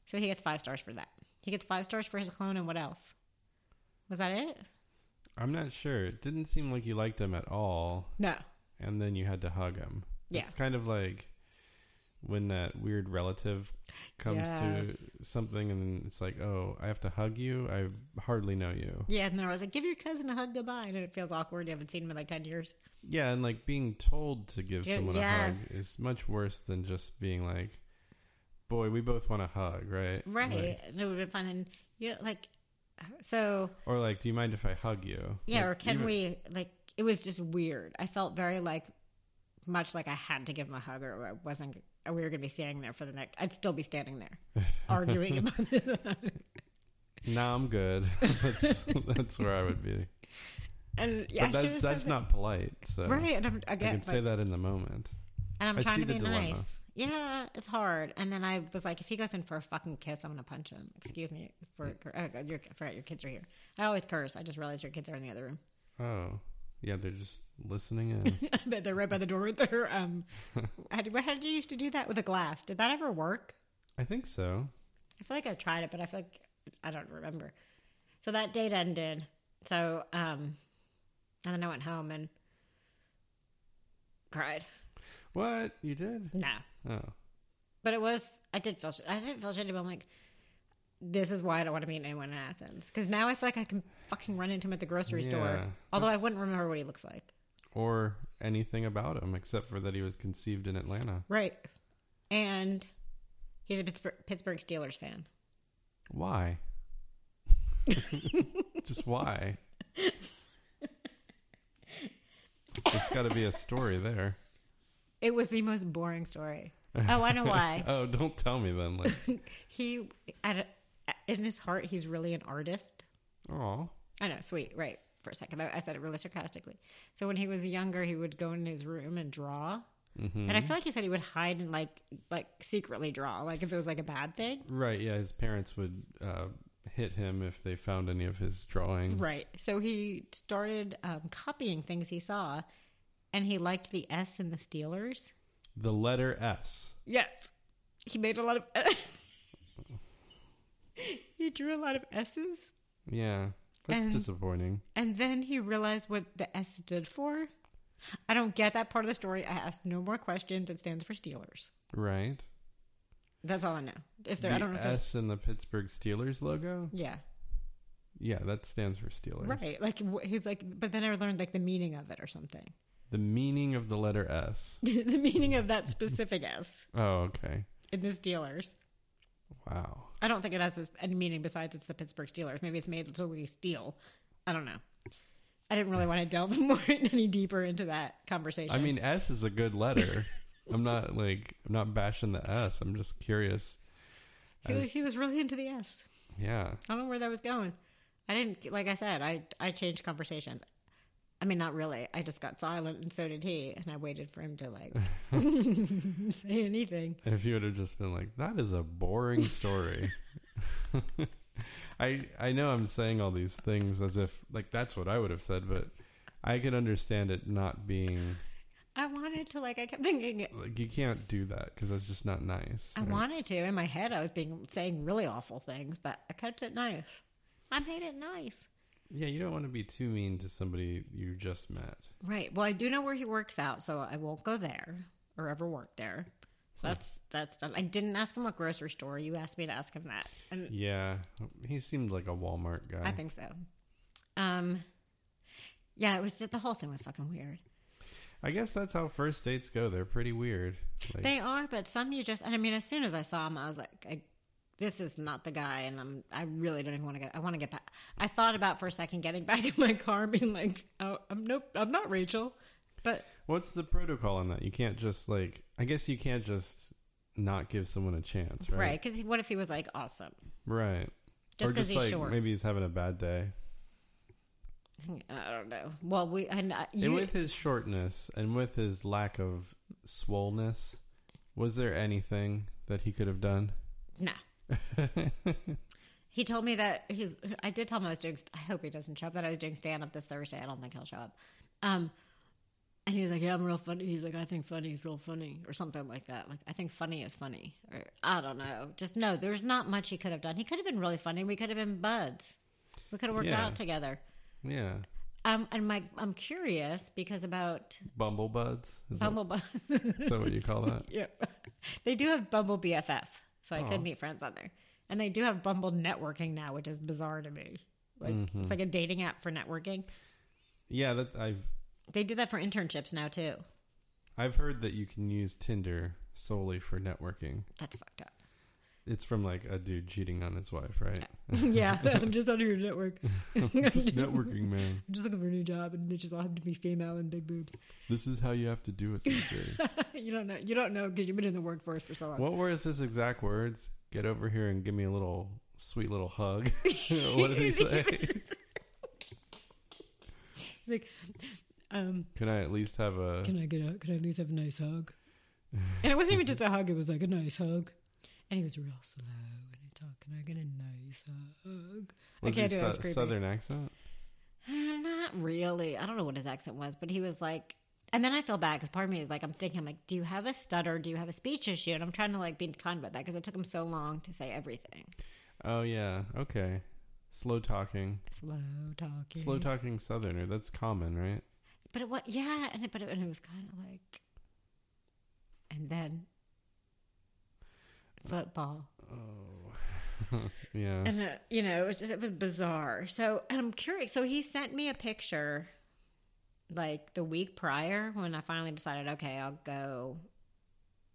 [SPEAKER 1] so he gets five stars for that. He gets five stars for his cologne, and what else? Was that it?
[SPEAKER 2] I'm not sure. It didn't seem like you liked him at all,
[SPEAKER 1] No.
[SPEAKER 2] and then you had to hug him.
[SPEAKER 1] Yeah.
[SPEAKER 2] It's kind of like when that weird relative comes
[SPEAKER 1] Yes.
[SPEAKER 2] to something and it's like, oh, I have to hug you. I hardly know you.
[SPEAKER 1] Yeah, and then I was like, "Give your cousin a hug, goodbye," and it feels awkward. You haven't seen him in like ten years.
[SPEAKER 2] Yeah, and like being told to give
[SPEAKER 1] Dude,
[SPEAKER 2] someone
[SPEAKER 1] yes.
[SPEAKER 2] a hug is much worse than just being like, boy, we both want a hug, right?
[SPEAKER 1] Right,
[SPEAKER 2] Like-
[SPEAKER 1] and it would have been fun. And you know, like, so
[SPEAKER 2] or like, do you mind if I hug you?
[SPEAKER 1] Yeah,
[SPEAKER 2] Like,
[SPEAKER 1] or can
[SPEAKER 2] even-
[SPEAKER 1] we like it was just weird. I felt very like much like I had to give him a hug or I wasn't or we were gonna be standing there for the next I'd still be standing
[SPEAKER 2] <laughs>
[SPEAKER 1] there arguing about <laughs> this.
[SPEAKER 2] No,
[SPEAKER 1] <laughs>
[SPEAKER 2] I'm good. <laughs> that's, that's where I would be.
[SPEAKER 1] And <laughs> yeah,
[SPEAKER 2] But
[SPEAKER 1] I
[SPEAKER 2] that,
[SPEAKER 1] should've
[SPEAKER 2] that's
[SPEAKER 1] said
[SPEAKER 2] not polite. So
[SPEAKER 1] that. right. And I'm
[SPEAKER 2] I
[SPEAKER 1] again
[SPEAKER 2] can
[SPEAKER 1] but,
[SPEAKER 2] say that in the moment.
[SPEAKER 1] and I'm
[SPEAKER 2] I
[SPEAKER 1] trying
[SPEAKER 2] see
[SPEAKER 1] to be
[SPEAKER 2] the dilemma.
[SPEAKER 1] nice. Yeah, it's hard. And then I was like, if he goes in for a fucking kiss, I'm gonna punch him. Excuse me for uh, your, I forgot your kids are here. I always curse. I just realized your kids are in the other room.
[SPEAKER 2] Oh, yeah, they're just listening in.
[SPEAKER 1] <laughs> I bet they're right by the door <laughs> with their um. how, did, how did you used to do that with a glass? Did that ever work?
[SPEAKER 2] I think so.
[SPEAKER 1] I feel like I tried it, but I feel like I don't remember. So that date ended. So um, and then I went home and cried.
[SPEAKER 2] What you did?
[SPEAKER 1] No,
[SPEAKER 2] Oh,
[SPEAKER 1] but it was I did feel sh- I didn't feel shitty, but I'm like, this is why I don't want to meet anyone in Athens because now I feel like I can fucking run into him at the grocery store.
[SPEAKER 2] Yeah,
[SPEAKER 1] Although I
[SPEAKER 2] that's-
[SPEAKER 1] wouldn't remember what he looks like.
[SPEAKER 2] or anything about him except for that he was conceived in Atlanta.
[SPEAKER 1] Right, and he's a Pittsburgh, Pittsburgh Steelers fan.
[SPEAKER 2] Why? <laughs>
[SPEAKER 1] <laughs>
[SPEAKER 2] just why? There's got to be a story there.
[SPEAKER 1] It was the most boring story. Oh, I know
[SPEAKER 2] <laughs>
[SPEAKER 1] why. <laughs>
[SPEAKER 2] Oh, don't tell me then. Like,
[SPEAKER 1] he at in his heart he's really an artist
[SPEAKER 2] oh,
[SPEAKER 1] i know sweet right for a second i said it really sarcastically so when he was younger he would go in his room and draw and i feel like he said he would hide and like like secretly draw like if it was like a bad thing
[SPEAKER 2] right. Yeah, his parents would uh, hit him if they found any of his drawings.
[SPEAKER 1] right so he started um, copying things he saw and he liked the s in the steelers
[SPEAKER 2] The letter S.
[SPEAKER 1] yes he made a lot of <laughs> he drew a lot of s's
[SPEAKER 2] Yeah, that's
[SPEAKER 1] And-
[SPEAKER 2] disappointing.
[SPEAKER 1] And then he realized what the S stood for. I don't get that part of the story. I asked no more questions. It stands for Steelers.
[SPEAKER 2] Right.
[SPEAKER 1] That's all I know. If there, I
[SPEAKER 2] the
[SPEAKER 1] don't know. If there's,
[SPEAKER 2] S in the Pittsburgh Steelers logo.
[SPEAKER 1] yeah,
[SPEAKER 2] Yeah, that stands for Steelers.
[SPEAKER 1] right. Like wh- he's like, but then I learned like the meaning of it or something.
[SPEAKER 2] The meaning of the letter S.
[SPEAKER 1] the meaning of that specific S
[SPEAKER 2] Oh, okay.
[SPEAKER 1] in the Steelers.
[SPEAKER 2] Wow.
[SPEAKER 1] I don't think it has this, any meaning besides it's the Pittsburgh Steelers. Maybe it's made to be steel. I don't know. I didn't really want to delve <laughs> more any deeper into that conversation.
[SPEAKER 2] I mean, S is
[SPEAKER 1] <laughs>
[SPEAKER 2] a good letter. I'm not like I'm not bashing the S. I'm just curious
[SPEAKER 1] He
[SPEAKER 2] I
[SPEAKER 1] was,
[SPEAKER 2] just-
[SPEAKER 1] he was really into the S.
[SPEAKER 2] Yeah.
[SPEAKER 1] I don't know where that was going. I didn't like I said, I I changed conversations. I mean not really. I just got silent and so did he and I waited for him to <laughs> like say anything.
[SPEAKER 2] If you would have just been like, that is a boring <laughs> story. I I know I'm saying all these things as if like that's what I would have said, but I could understand it not being
[SPEAKER 1] I wanted to like I kept thinking
[SPEAKER 2] like you can't do that because that's just not nice.
[SPEAKER 1] I
[SPEAKER 2] right?
[SPEAKER 1] wanted to. In my head I was being saying really awful things, but I kept it nice. I made it nice.
[SPEAKER 2] Yeah, you don't want to be too mean to somebody you just met.
[SPEAKER 1] Right. Well, I do know where he works out, so I won't go there or ever work there. So that's that's done. I didn't ask him what grocery store. You asked me to ask him that. And
[SPEAKER 2] Yeah, he seemed like a Walmart guy.
[SPEAKER 1] I think so. Um, yeah, it was just the whole thing was fucking weird.
[SPEAKER 2] I guess that's how first dates go. They're pretty weird. Like,
[SPEAKER 1] They are, but some you just. And I mean, as soon as I saw him, I was like, I, "This is not the guy." And I'm, I really don't even want to get. I want to get back. I thought about for a second getting <laughs> back in my car, and being like, "Oh, I'm nope, I'm not Rachel." But
[SPEAKER 2] what's the protocol on that? You can't just like. I guess you can't just not give someone a chance,
[SPEAKER 1] right,
[SPEAKER 2] right?
[SPEAKER 1] because what if he was like awesome?
[SPEAKER 2] Right. Right.
[SPEAKER 1] Just
[SPEAKER 2] Or
[SPEAKER 1] 'cause he's
[SPEAKER 2] like,
[SPEAKER 1] short.
[SPEAKER 2] Maybe he's having a bad day.
[SPEAKER 1] I don't know. Well, we and uh,
[SPEAKER 2] and
[SPEAKER 1] you,
[SPEAKER 2] with his shortness and with his lack of swollenness, was there anything that he could have done?
[SPEAKER 1] no. He told me that he's. I did tell him I was doing. I hope he doesn't show up. That I was doing stand up this Thursday. I don't think he'll show up. Um, and he was like, "Yeah, I'm real funny." He's like, "I think funny is real funny," or something like that. Like, I think funny is funny, or I don't know. Just no. There's not much he could have done. He could have been really funny. We could have been buds. We could have worked
[SPEAKER 2] Yeah.
[SPEAKER 1] out together.
[SPEAKER 2] yeah.
[SPEAKER 1] Um, and my, I'm curious because about
[SPEAKER 2] Bumble buds? Is that-
[SPEAKER 1] Bumble Buzz.
[SPEAKER 2] is that what you call that?
[SPEAKER 1] Yeah. They do have Bumble BFF, so I
[SPEAKER 2] Aw.
[SPEAKER 1] could meet friends on there. And they do have Bumble networking now, which is bizarre to me. <laughs> Like it's like a dating app for networking.
[SPEAKER 2] Mm-hmm. Yeah, that I've
[SPEAKER 1] They do that for internships now too.
[SPEAKER 2] I've heard that you can use Tinder solely for networking.
[SPEAKER 1] That's fucked <laughs> up.
[SPEAKER 2] It's from like a dude cheating on his wife, right?
[SPEAKER 1] yeah, <laughs> I'm just under your network.
[SPEAKER 2] <laughs> Just networking, man.
[SPEAKER 1] I'm just looking for a new job, and they just all have to be female and big boobs. <laughs>
[SPEAKER 2] This is how you have to do it these days.
[SPEAKER 1] you don't know. You don't know because you've been in the workforce for so long.
[SPEAKER 2] what were his exact words? Get over here and give me a little sweet little hug. <laughs> what
[SPEAKER 1] <laughs>
[SPEAKER 2] did he say?
[SPEAKER 1] Like, um,
[SPEAKER 2] Can I at least have a
[SPEAKER 3] Can I get out? Can I at least have a
[SPEAKER 2] <laughs>
[SPEAKER 3] nice hug?
[SPEAKER 1] and it wasn't even just a hug; it was like a nice hug.
[SPEAKER 3] And he was real slow and he talked, Can I get a nice hug?
[SPEAKER 1] I
[SPEAKER 2] was
[SPEAKER 1] can't do
[SPEAKER 2] he
[SPEAKER 1] it,
[SPEAKER 2] sou-
[SPEAKER 1] it's creepy.
[SPEAKER 2] southern accent?
[SPEAKER 1] Uh, <sighs> Not really. I don't know what his accent was, but he was like, and then I feel bad because part of me is like, I'm thinking, I'm like, do you have a stutter? Do you have a speech issue? And I'm trying to like be kind about that because it took him so long to say everything.
[SPEAKER 2] Oh yeah, okay. Slow talking,
[SPEAKER 3] Slow talking.
[SPEAKER 2] slow talking southerner. That's common, right?
[SPEAKER 1] But it was, yeah, and it, but it, and it was kind of like, and then football.
[SPEAKER 2] <laughs> Yeah.
[SPEAKER 1] And, uh, you know, it was just, it was bizarre. So, and I'm curious. So he sent me a picture like the week prior when I finally decided, okay, I'll go.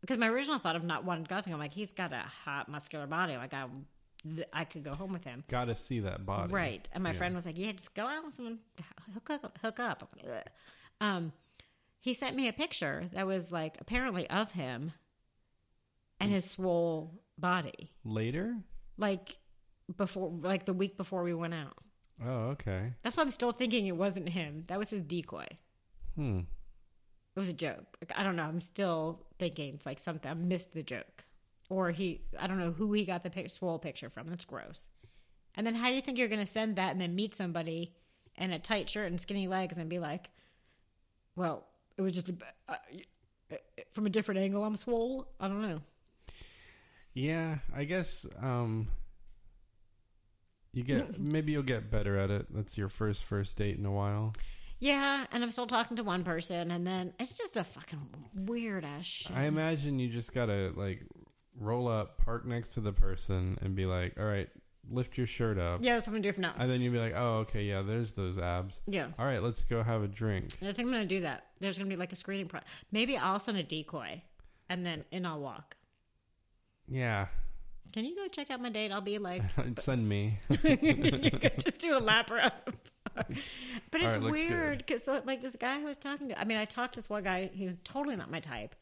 [SPEAKER 1] Because my original thought of not wanting to go, I think I'm like, he's got a hot, muscular body. Like, I, th- I could go home with him.
[SPEAKER 2] Got to see that body,
[SPEAKER 1] Right. And my
[SPEAKER 2] Yeah.
[SPEAKER 1] friend was like, yeah, just go out with him and hook up. Hook up. I'm like, "Ugh." um, he sent me a picture that was like apparently of him and his swole body
[SPEAKER 2] Later.
[SPEAKER 1] like before like the week before we went out
[SPEAKER 2] Oh, okay.
[SPEAKER 1] that's why i'm still thinking it wasn't him that was his decoy it
[SPEAKER 2] Hmm.
[SPEAKER 1] was a joke like, i don't know i'm still thinking it's like something i missed the joke or he i don't know who he got the pic- swole picture from that's gross and then how do you think you're going to send that and then meet somebody in a tight shirt and skinny legs and be like well it was just a, uh, uh, from a different angle i'm swole i don't know
[SPEAKER 2] Yeah, I guess um
[SPEAKER 1] <laughs>
[SPEAKER 2] you get maybe you'll get better at it. That's your first first date in a while.
[SPEAKER 1] yeah and i'm still talking to one person and then it's just a fucking weird ass shit
[SPEAKER 2] I imagine you just got to like roll up, park next to the person and be like, "All right, lift your shirt up."
[SPEAKER 1] Yeah, that's what I'm gonna do for now.
[SPEAKER 2] And then you'd be like, "Oh, okay, yeah, there's those abs.
[SPEAKER 1] yeah.
[SPEAKER 2] All right, let's go have a drink."
[SPEAKER 1] I think I'm gonna do that. There's gonna be like a screening pro. Maybe I'll send a decoy, and then and I'll walk.
[SPEAKER 2] Yeah. <laughs>
[SPEAKER 1] Can you go check out my date? I'll be like,
[SPEAKER 2] Send me.
[SPEAKER 1] you could <laughs> just do a lap around. the bar. But it's
[SPEAKER 2] All right, looks good.
[SPEAKER 1] weird because so, like this guy who I was talking to. I mean, I talked to this one guy. He's totally not my type.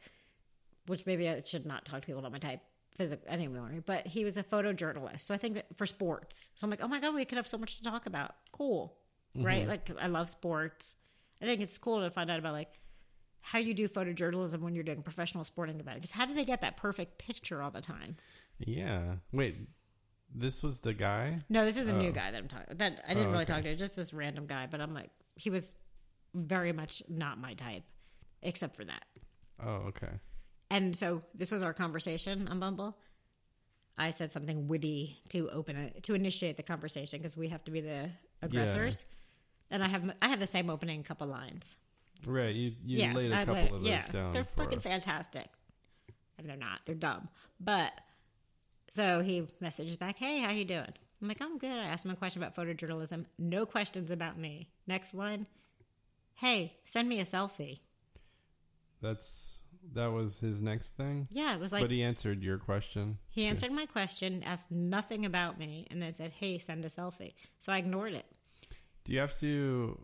[SPEAKER 1] Which maybe I should not talk to people not my type. physical anymore, but he was a photojournalist. So I think that for sports. So I'm like, oh my God, we could have so much to talk about. Cool.
[SPEAKER 2] Mm-hmm.
[SPEAKER 1] Right? Like, I love sports. I think it's cool to find out about like how you do photojournalism when you're doing professional sporting events. Because how do they get that perfect picture all the time?
[SPEAKER 2] Yeah. Wait, this was the guy?
[SPEAKER 1] No, this is a new
[SPEAKER 2] Oh.
[SPEAKER 1] guy that I'm talking. That I didn't
[SPEAKER 2] Oh,
[SPEAKER 1] really
[SPEAKER 2] okay.
[SPEAKER 1] talk to. Just this random guy, but I'm like, he was very much not my type, except for that.
[SPEAKER 2] Oh, okay.
[SPEAKER 1] And so this was our conversation on Bumble. I said something witty to open it to initiate the conversation because we have to be the aggressors. And I have I have the same opening couple lines.
[SPEAKER 2] Right. You you
[SPEAKER 1] yeah,
[SPEAKER 2] laid a
[SPEAKER 1] I
[SPEAKER 2] couple
[SPEAKER 1] laid-
[SPEAKER 2] of those
[SPEAKER 1] yeah,
[SPEAKER 2] down.
[SPEAKER 1] They're
[SPEAKER 2] for
[SPEAKER 1] fucking
[SPEAKER 2] us.
[SPEAKER 1] fantastic. And they're not. They're dumb. But so he messages back, "Hey, how you doing?" I'm like, "I'm good." I asked him a question about photojournalism. No questions about me. Next line, "Hey, send me a selfie."
[SPEAKER 2] That's that was his next thing.
[SPEAKER 1] Yeah, it was like
[SPEAKER 2] but he answered your question.
[SPEAKER 1] He answered my question, asked nothing about me, and then said, "Hey, send a selfie." So I ignored it.
[SPEAKER 2] Do you have to?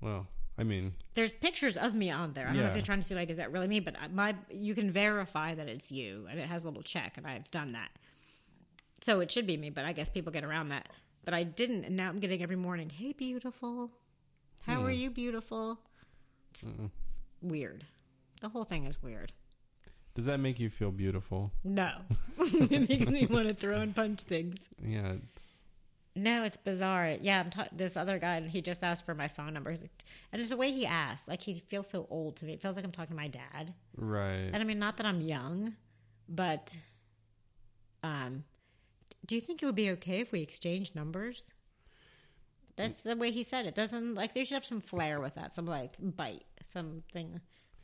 [SPEAKER 2] Well, I mean,
[SPEAKER 1] There's pictures of me on there. I don't know if
[SPEAKER 2] Yeah.
[SPEAKER 1] you're trying to see like, is that really me? But I- my, you can verify that it's you, and it has a little check, and I've done that. So it should be me, but I guess people get around that. But I didn't, and now I'm getting every morning, "Hey, beautiful, how are you, beautiful?" It's weird. The whole thing is weird.
[SPEAKER 2] does that make you feel beautiful?
[SPEAKER 1] No, <laughs> it makes me want to throw and punch things.
[SPEAKER 2] Yeah. It's,
[SPEAKER 1] No, it's bizarre. Yeah, I'm ta- this other guy. He just asked for my phone number. He's like, and it's the way he asked. Like he feels so old to me. It feels like I'm talking to my dad.
[SPEAKER 2] right.
[SPEAKER 1] And I mean, not that I'm young, but um, do you think it would be okay if we exchanged numbers? That's the way he said it. Doesn't like they should have some flair with that. Some like bite, something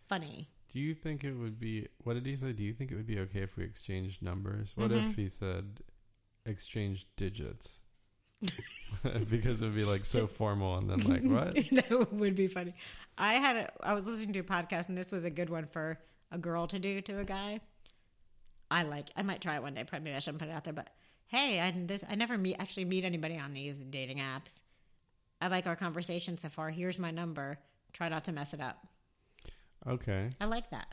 [SPEAKER 1] funny.
[SPEAKER 2] Do you think it would be? What did he say? Do you think it would be okay if we exchanged numbers? What
[SPEAKER 1] Mm-hmm.
[SPEAKER 2] if he said exchange digits? <laughs> because it'd be like so formal, and then
[SPEAKER 1] <laughs>
[SPEAKER 2] like what?
[SPEAKER 1] that would be funny. I had a, I was listening to a podcast and this was a good one for a girl to do to a guy. I like I might try it one day. Probably I shouldn't put it out there, but hey, I this I never meet actually meet anybody on these dating apps. I like our conversation so far. Here's my number. Try not to mess it up.
[SPEAKER 2] Okay.
[SPEAKER 1] I like that.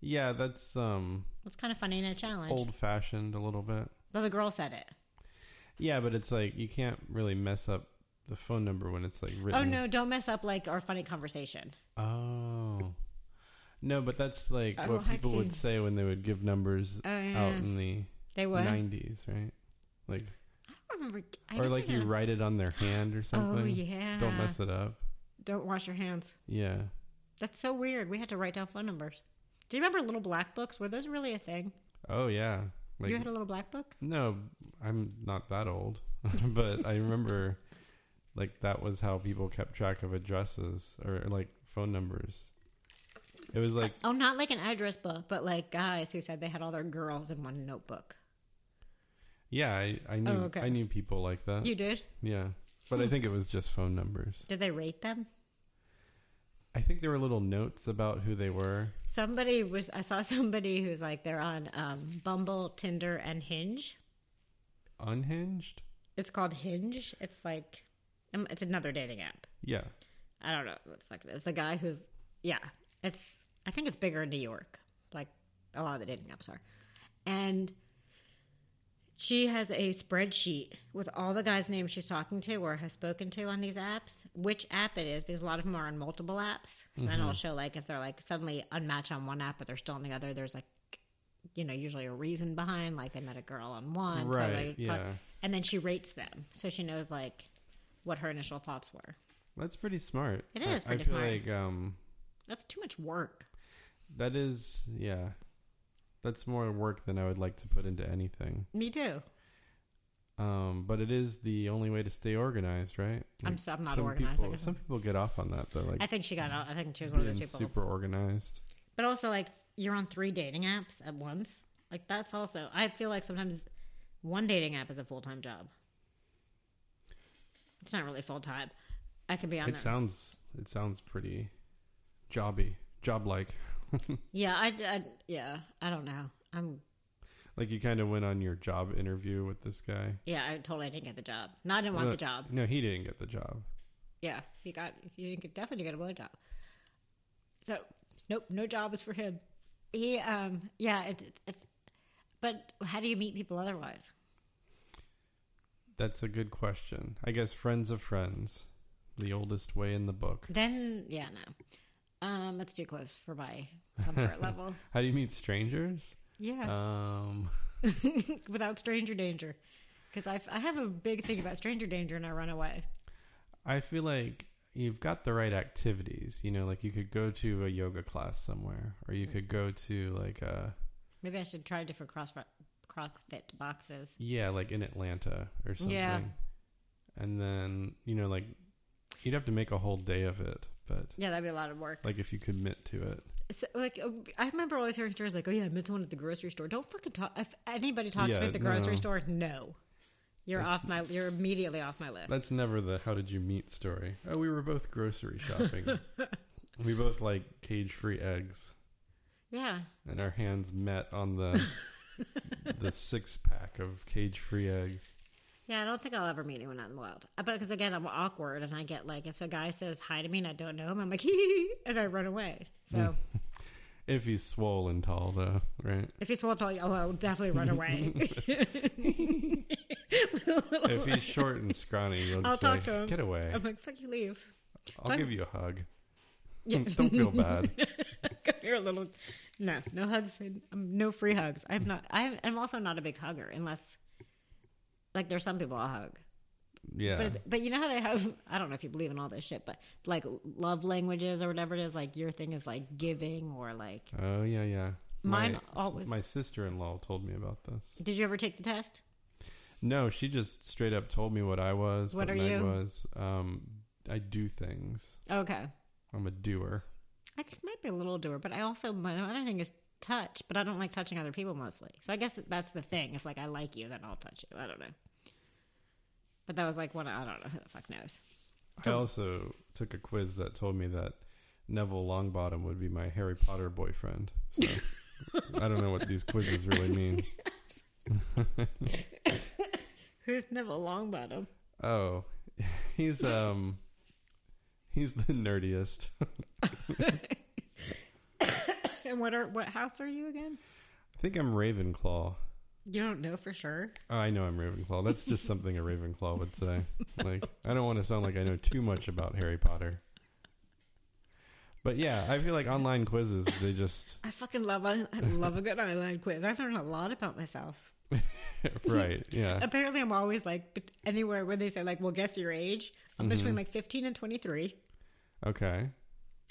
[SPEAKER 2] Yeah, that's um
[SPEAKER 1] It's kind of funny and a challenge.
[SPEAKER 2] old fashioned a little bit.
[SPEAKER 1] Though the girl said it.
[SPEAKER 2] Yeah, but it's like you can't really mess up the phone number when it's like written.
[SPEAKER 1] Oh no, don't mess up like our funny conversation.
[SPEAKER 2] Oh. No, but that's like
[SPEAKER 1] Oh,
[SPEAKER 2] what
[SPEAKER 1] I
[SPEAKER 2] people would
[SPEAKER 1] see.
[SPEAKER 2] say when they would give numbers
[SPEAKER 1] Oh yeah.
[SPEAKER 2] out in the
[SPEAKER 1] they would. I
[SPEAKER 2] 90s, right? Like
[SPEAKER 1] don't remember. I
[SPEAKER 2] or
[SPEAKER 1] guess
[SPEAKER 2] like
[SPEAKER 1] I
[SPEAKER 2] you
[SPEAKER 1] don't-
[SPEAKER 2] write it on their hand or something.
[SPEAKER 1] Oh yeah.
[SPEAKER 2] Don't mess it up.
[SPEAKER 1] Don't wash your hands.
[SPEAKER 2] Yeah.
[SPEAKER 1] That's so weird. We had to write down phone numbers. Do you remember little black books? Were those really a thing?
[SPEAKER 2] Oh yeah. Like
[SPEAKER 1] you had a little black book?
[SPEAKER 2] No, I'm not that old, <laughs> but I remember like that was how people kept track of addresses or like phone numbers. It was like
[SPEAKER 1] Oh, not like an address book, but like guys who said they had all their girls in one notebook.
[SPEAKER 2] yeah, I, I knew
[SPEAKER 1] Oh, okay.
[SPEAKER 2] I knew people like that.
[SPEAKER 1] You Hmm. did?
[SPEAKER 2] yeah. But I think it was just phone numbers.
[SPEAKER 1] Did they rate them?
[SPEAKER 2] I think there were little notes about who they were.
[SPEAKER 1] Somebody was I saw somebody who's like they're on um, Bumble, Tinder, and Hinge.
[SPEAKER 2] Unhinged?
[SPEAKER 1] It's called Hinge. It's like um, it's another dating app.
[SPEAKER 2] Yeah.
[SPEAKER 1] I don't know what the fuck it is. The guy who's yeah, it's I think it's bigger in New York, like a lot of the dating apps are. And she has a spreadsheet with all the guys' names she's talking to or has spoken to on these apps, which app it is, because a lot of them are on multiple apps. So
[SPEAKER 2] Mm-hmm.
[SPEAKER 1] then it'll show like if they're like suddenly unmatched on one app but they're still on the other, there's like you know, usually a reason behind, like they met a girl on one. Oh, so
[SPEAKER 2] Right,
[SPEAKER 1] they-
[SPEAKER 2] yeah.
[SPEAKER 1] And then she rates them. So she knows like what her initial thoughts were.
[SPEAKER 2] That's pretty smart.
[SPEAKER 1] It is
[SPEAKER 2] I-
[SPEAKER 1] pretty
[SPEAKER 2] I feel
[SPEAKER 1] smart.
[SPEAKER 2] like um
[SPEAKER 1] That's too much work.
[SPEAKER 2] that is yeah. That's more work than I would like to put into anything.
[SPEAKER 1] Me too.
[SPEAKER 2] Um, but it is the only way to stay organized, right?
[SPEAKER 1] I'm so- I'm not
[SPEAKER 2] some
[SPEAKER 1] organized, I
[SPEAKER 2] People,
[SPEAKER 1] guess.
[SPEAKER 2] some people get off on that though, like
[SPEAKER 1] I think she got out. I think she was one of
[SPEAKER 2] being
[SPEAKER 1] those people.
[SPEAKER 2] super organized.
[SPEAKER 1] But also, like, you're on three dating apps at once. Like, that's also, I feel like sometimes one dating app is a full time job. It's not really full time. I could be on
[SPEAKER 2] It
[SPEAKER 1] that.
[SPEAKER 2] sounds it sounds pretty jobby, job like.
[SPEAKER 1] yeah, I, I, yeah, I don't know. I'm,
[SPEAKER 2] Like you kind of went on your job interview with this guy.
[SPEAKER 1] yeah, I totally didn't get the job. No, I didn't want
[SPEAKER 2] No,
[SPEAKER 1] the job.
[SPEAKER 2] No, he didn't get the job.
[SPEAKER 1] Yeah, he got, he didn't get, definitely didn't get a blowjob. So, nope, no job is for him. He, um, yeah, it's, it's, But how do you meet people otherwise?
[SPEAKER 2] That's a good question. I guess friends of friends, the oldest way in the book.
[SPEAKER 1] Then, yeah, no. Um, that's too close for my comfort level.
[SPEAKER 2] How do you meet
[SPEAKER 1] <laughs>
[SPEAKER 2] strangers?
[SPEAKER 1] Yeah,
[SPEAKER 2] Um,
[SPEAKER 1] <laughs> without stranger danger. Because I, f- I have a big thing about stranger danger and I run away.
[SPEAKER 2] I feel like you've got the right activities. You know, like you could go to a yoga class somewhere, or you could go to like uh, a
[SPEAKER 1] Maybe I should try different CrossFit, CrossFit boxes.
[SPEAKER 2] yeah, like in Atlanta or something.
[SPEAKER 1] Yeah.
[SPEAKER 2] And then you know, like you'd have to make a whole day of it, but
[SPEAKER 1] Yeah, that'd be a lot of work.
[SPEAKER 2] like if you commit to it,
[SPEAKER 1] So, like uh, I remember always hearing stories like, "Oh yeah, I met someone at the grocery store." Don't fucking talk. If anybody talks to me
[SPEAKER 2] Yeah,
[SPEAKER 1] at the grocery
[SPEAKER 2] no.
[SPEAKER 1] store, no, you're
[SPEAKER 2] That's-
[SPEAKER 1] off my. You're immediately off my list.
[SPEAKER 2] that's never the how did you meet story. Oh, we were both grocery shopping. we both like cage-free eggs.
[SPEAKER 1] yeah,
[SPEAKER 2] and our hands met on the the six pack of cage free eggs.
[SPEAKER 1] yeah. I don't think I'll ever meet anyone out in the wild. Uh, But because again, I'm awkward, and I get like, if a guy says hi to me and I don't know him, I'm like, <laughs> hee, and I run away.
[SPEAKER 2] Hmm.
[SPEAKER 1] So
[SPEAKER 2] If he's swollen tall though, right?
[SPEAKER 1] if he's small, tall, oh, I'll definitely run
[SPEAKER 2] <laughs>
[SPEAKER 1] away. <laughs>
[SPEAKER 2] If
[SPEAKER 1] <laughs>
[SPEAKER 2] he's short and scrawny, you'll just
[SPEAKER 1] I'll
[SPEAKER 2] be
[SPEAKER 1] talk
[SPEAKER 2] like,
[SPEAKER 1] to him.
[SPEAKER 2] Get away.
[SPEAKER 1] I'm like, fuck you, leave.
[SPEAKER 2] I'll
[SPEAKER 1] talk-
[SPEAKER 2] give you a hug.
[SPEAKER 1] Yeah.
[SPEAKER 2] Don't
[SPEAKER 1] <laughs>
[SPEAKER 2] feel bad.
[SPEAKER 1] You're a little no, no hugs, and um, no free hugs. I'm not. I'm, I'm also not a big hugger, unless like there's some people I'll hug.
[SPEAKER 2] Yeah.
[SPEAKER 1] But it's, but you know how they have. I don't know if you believe in all this shit, but like love languages or whatever it is. Like your thing is like giving or like.
[SPEAKER 2] oh yeah, yeah.
[SPEAKER 1] Mine
[SPEAKER 2] my,
[SPEAKER 1] always-
[SPEAKER 2] My sister in law told me about this.
[SPEAKER 1] Did you ever take the test?
[SPEAKER 2] No, she just straight up told me what I was,
[SPEAKER 1] What
[SPEAKER 2] what,
[SPEAKER 1] are
[SPEAKER 2] Meg
[SPEAKER 1] you?
[SPEAKER 2] was. Um, I do things.
[SPEAKER 1] Okay,
[SPEAKER 2] I'm a doer.
[SPEAKER 1] I think might be a little doer, but I also my other thing is touch, but I don't like touching other people mostly. So I guess that's the thing. If like I like you, then I'll touch you. I don't know. But that was like one. I don't know who the fuck knows.
[SPEAKER 2] I also took a quiz that told me that Neville Longbottom would be my Harry Potter boyfriend.
[SPEAKER 1] <laughs>
[SPEAKER 2] So I don't know what these quizzes really mean.
[SPEAKER 1] Who's Neville Longbottom?
[SPEAKER 2] Oh, <laughs> he's um, he's the nerdiest.
[SPEAKER 1] And what are what house are you again?
[SPEAKER 2] I think I'm Ravenclaw.
[SPEAKER 1] You don't know for sure.
[SPEAKER 2] Oh, I know I'm Ravenclaw. That's just something a Ravenclaw would say. Like, I don't want to sound like I know too much about Harry Potter. But yeah, I feel like online quizzes, they just, <laughs>
[SPEAKER 1] I fucking love I love a good online quiz. I learn a lot about myself.
[SPEAKER 2] right, yeah.
[SPEAKER 1] Apparently, I'm always like bet- anywhere where they say like, "Well, guess your age." I'm
[SPEAKER 2] Mm-hmm.
[SPEAKER 1] between like 15 and 23.
[SPEAKER 2] Okay.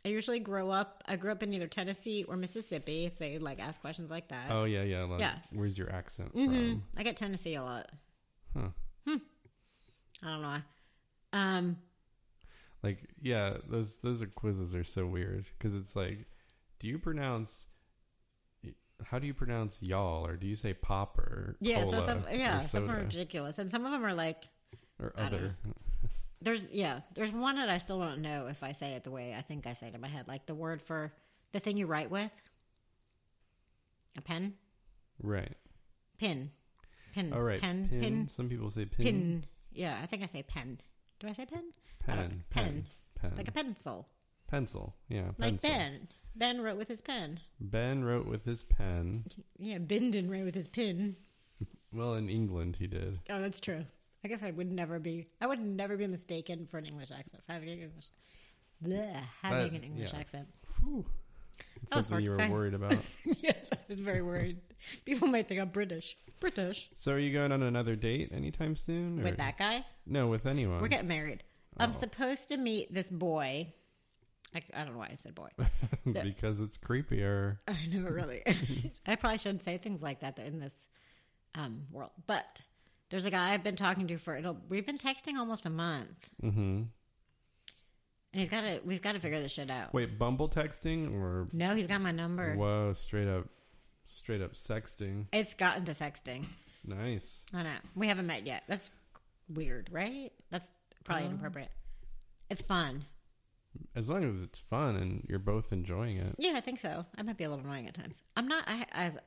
[SPEAKER 1] I usually grow up. I grew up in either Tennessee or Mississippi. If they like ask questions like that,
[SPEAKER 2] Oh, yeah, yeah. Like,
[SPEAKER 1] Uh, Yeah.
[SPEAKER 2] where's your accent
[SPEAKER 1] Mhm.
[SPEAKER 2] from?
[SPEAKER 1] I get Tennessee a lot. Hmm.
[SPEAKER 2] Huh.
[SPEAKER 1] I don't know. why. Um,
[SPEAKER 2] Like, yeah, those those are quizzes are so weird because it's like, do you pronounce? How do you pronounce y'all, or do you say pop or
[SPEAKER 1] yeah.
[SPEAKER 2] cola
[SPEAKER 1] so some, yeah,
[SPEAKER 2] or
[SPEAKER 1] some are
[SPEAKER 2] soda
[SPEAKER 1] ridiculous, and some of them are like
[SPEAKER 2] or
[SPEAKER 1] I don't
[SPEAKER 2] other?
[SPEAKER 1] There's yeah, there's one that I still don't know if I say it the way I think I say it in my head, like the word for the thing you write with. A pen,
[SPEAKER 2] Right.
[SPEAKER 1] pin, pin,
[SPEAKER 2] All right.
[SPEAKER 1] Mm, pen,
[SPEAKER 2] pin.
[SPEAKER 1] pin, pin,
[SPEAKER 2] Some people say pin.
[SPEAKER 1] Yeah, I think I say pen. Do I say pen? I don't
[SPEAKER 2] Pen.
[SPEAKER 1] know.
[SPEAKER 2] Pen. Pen.
[SPEAKER 1] like a pencil,
[SPEAKER 2] pencil. Yeah.
[SPEAKER 1] like
[SPEAKER 2] pencil.
[SPEAKER 1] Ben. Ben wrote with his pen.
[SPEAKER 2] Ben wrote with his pen.
[SPEAKER 1] Yeah, Ben didn't write with his pin.
[SPEAKER 2] Well, in England, he did.
[SPEAKER 1] Oh, that's true. I guess I would never be. I would never be mistaken for an English accent. For having an English, bleh, having
[SPEAKER 2] That-
[SPEAKER 1] an English
[SPEAKER 2] yeah.
[SPEAKER 1] accent.
[SPEAKER 2] Whew. It's
[SPEAKER 1] That was
[SPEAKER 2] Something
[SPEAKER 1] hard
[SPEAKER 2] you
[SPEAKER 1] to
[SPEAKER 2] were
[SPEAKER 1] say. <laughs>
[SPEAKER 2] worried about.
[SPEAKER 1] yes, I was very worried. People might think I'm British. British.
[SPEAKER 2] so, are you going on another date anytime soon? or-
[SPEAKER 1] With that guy?
[SPEAKER 2] No, with anyone. <laughs>
[SPEAKER 1] We're getting married. I'm supposed to meet this boy. I, I don't know why I said boy.
[SPEAKER 2] because it's creepier.
[SPEAKER 1] I know, really. <laughs> I probably shouldn't say things like that in this um, world. But there's a guy I've been talking to for, it'll, we've been texting almost a month.
[SPEAKER 2] Mm-hmm.
[SPEAKER 1] And he's got to, we've got to figure this shit out.
[SPEAKER 2] Wait, Bumble texting or
[SPEAKER 1] No, he's got my number.
[SPEAKER 2] whoa, straight up, straight up sexting.
[SPEAKER 1] It's gotten to sexting.
[SPEAKER 2] Nice.
[SPEAKER 1] I know. We haven't met yet. That's weird, right? That's probably inappropriate. It's fun.
[SPEAKER 2] As long as it's fun and you're both enjoying it.
[SPEAKER 1] Yeah, I think so. I might be a little annoying at times. I'm not. I as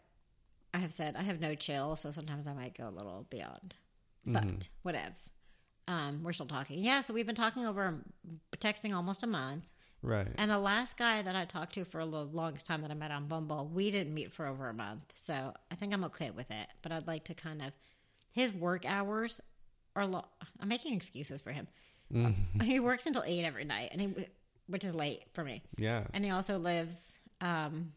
[SPEAKER 1] I have said, I have no chill, so sometimes I might go a little beyond. But whatevs. Um, we're still talking. Yeah, so we've been talking over texting um, almost a month.
[SPEAKER 2] Right.
[SPEAKER 1] And the last guy that I talked to for the longest time that I met on Bumble, we didn't meet for over a month. So I think I'm okay with it. But I'd like to kind of, his work hours are long. I'm making excuses for him. he works until eight every night, and he, which is late for me.
[SPEAKER 2] yeah.
[SPEAKER 1] And he also lives um,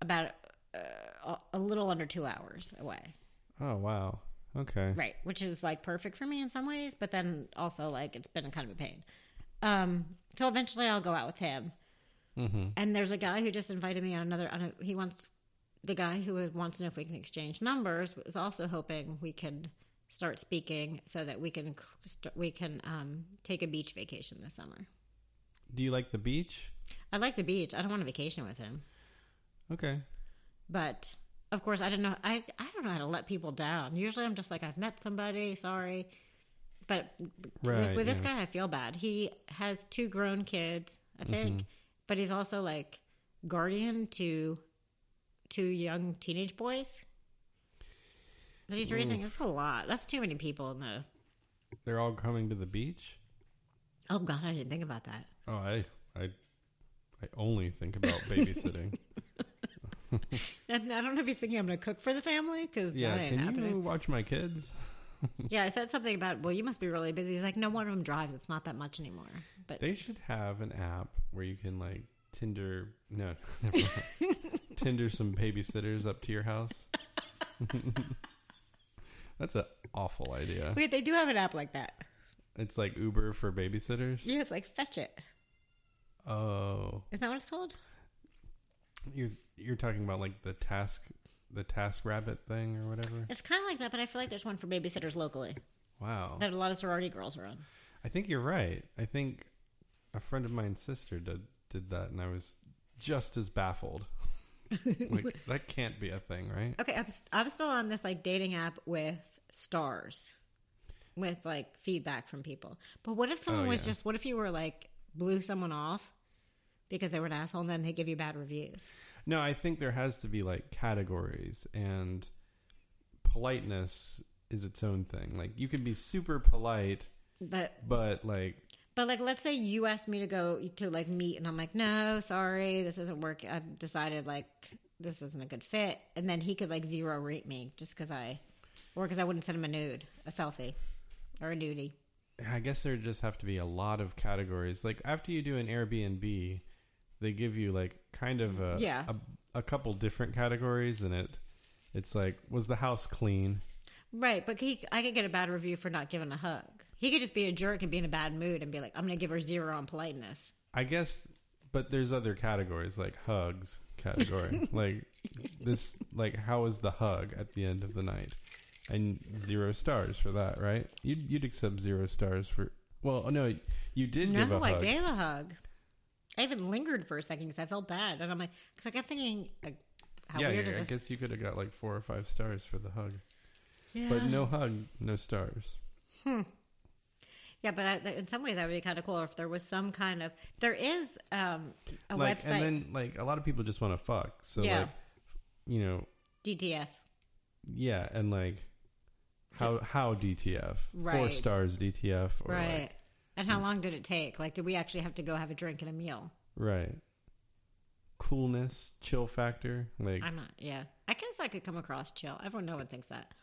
[SPEAKER 1] about uh, a little under two hours away.
[SPEAKER 2] Oh wow. Okay.
[SPEAKER 1] Right, which is like perfect for me in some ways, but then also like it's been kind of a pain. Um, so eventually I'll go out with him.
[SPEAKER 2] Mm-hmm.
[SPEAKER 1] And there's a guy who just invited me on another. On a, he wants the guy who wants to know if we can exchange numbers is also hoping we can start speaking so that we can c- st- we can um, take a beach vacation this summer.
[SPEAKER 2] Do you like the beach?
[SPEAKER 1] I like the beach. I don't want a vacation with him,
[SPEAKER 2] Okay.
[SPEAKER 1] but of course I don't know. I I don't know how to let people down. Usually I'm just like I've met somebody. Sorry. But with,
[SPEAKER 2] Right,
[SPEAKER 1] with this
[SPEAKER 2] yeah.
[SPEAKER 1] guy, I feel bad. He has two grown kids, I think,
[SPEAKER 2] Mm-hmm.
[SPEAKER 1] but he's also like guardian to two young teenage boys that he's raising. That's a lot. That's too many people in the.
[SPEAKER 2] They're all coming to the beach.
[SPEAKER 1] Oh God, I didn't think about that.
[SPEAKER 2] Oh, I, I, I only
[SPEAKER 1] <laughs>
[SPEAKER 2] think about babysitting.
[SPEAKER 1] And I don't know if he's thinking I'm going to cook for the family because
[SPEAKER 2] yeah.
[SPEAKER 1] that ain't
[SPEAKER 2] Can you
[SPEAKER 1] happening.
[SPEAKER 2] watch my kids?
[SPEAKER 1] Yeah, I said something about well, you must be really busy. He's like, no one of them drives. It's not that much anymore. But
[SPEAKER 2] They should have an app where you can like Tinder. No, <laughs> never mind. Tinder some babysitters up to your house. <laughs> That's an awful idea.
[SPEAKER 1] wait, they do have an app like that.
[SPEAKER 2] It's like Uber for babysitters.
[SPEAKER 1] Yeah, it's like Fetch It.
[SPEAKER 2] Oh,
[SPEAKER 1] Is that what it's called?
[SPEAKER 2] you're you're talking about like the task, the task rabbit thing or whatever.
[SPEAKER 1] It's kind of like that, but I feel like there's one for babysitters locally
[SPEAKER 2] Wow.
[SPEAKER 1] that a lot of sorority girls are on.
[SPEAKER 2] I think you're right. I think a friend of mine's sister did did that, and I was just as baffled. <laughs> like that can't be a thing, right?
[SPEAKER 1] Okay, I'm, st- I'm still on this like dating app with stars, with like feedback from people. But what if someone
[SPEAKER 2] Oh,
[SPEAKER 1] was
[SPEAKER 2] yeah.
[SPEAKER 1] just? What if you were like blew someone off because they were an asshole, and then they give you bad reviews?
[SPEAKER 2] No, I think there has to be like categories, and politeness is its own thing. Like you can be super polite,
[SPEAKER 1] But
[SPEAKER 2] but like
[SPEAKER 1] but like let's say you asked me to go to like meet, and I'm like, no, sorry, this isn't working. I've decided like this isn't a good fit, and then he could like zero rate me just because I, or because I wouldn't send him a nude, a selfie, or a nudie.
[SPEAKER 2] I guess there just have to be a lot of categories. Like after you do an Airbnb, they give you like kind of a
[SPEAKER 1] Yeah.
[SPEAKER 2] a, a couple different categories, and it it's like was the house clean?
[SPEAKER 1] Right, but he, I could get a bad review for not giving a hug. He could just be a jerk and be in a bad mood and be like, "I'm going to give her zero on politeness."
[SPEAKER 2] I guess, but there's other categories like hugs
[SPEAKER 1] <laughs>
[SPEAKER 2] category. like this, like how is the hug at the end of the night? And zero stars for that, right? You'd you'd accept zero stars for. Well, no, you did give a
[SPEAKER 1] No, I
[SPEAKER 2] hug.
[SPEAKER 1] gave a hug. I even lingered for a second because I felt bad, and I'm like, because I kept thinking, like, how
[SPEAKER 2] yeah,
[SPEAKER 1] weird
[SPEAKER 2] yeah, I
[SPEAKER 1] is this?
[SPEAKER 2] guess you could have got like four or five stars for the hug,
[SPEAKER 1] yeah.
[SPEAKER 2] but no hug, no stars.
[SPEAKER 1] yeah, but I, in some ways, that would be kind of cool if there was some kind of there is um, a
[SPEAKER 2] like,
[SPEAKER 1] website
[SPEAKER 2] and then like a lot of people just want to fuck. So
[SPEAKER 1] Yeah.
[SPEAKER 2] like, you know,
[SPEAKER 1] DTF.
[SPEAKER 2] yeah, and like, how how DTF? Four
[SPEAKER 1] Right.
[SPEAKER 2] stars DTF, or like,
[SPEAKER 1] Right. and
[SPEAKER 2] Hmm.
[SPEAKER 1] how long did it take? Like, did we actually have to go have a drink and a meal?
[SPEAKER 2] Right. Coolness, chill factor. Like,
[SPEAKER 1] I'm not. Yeah, I guess I could come across chill. Everyone, no one thinks that.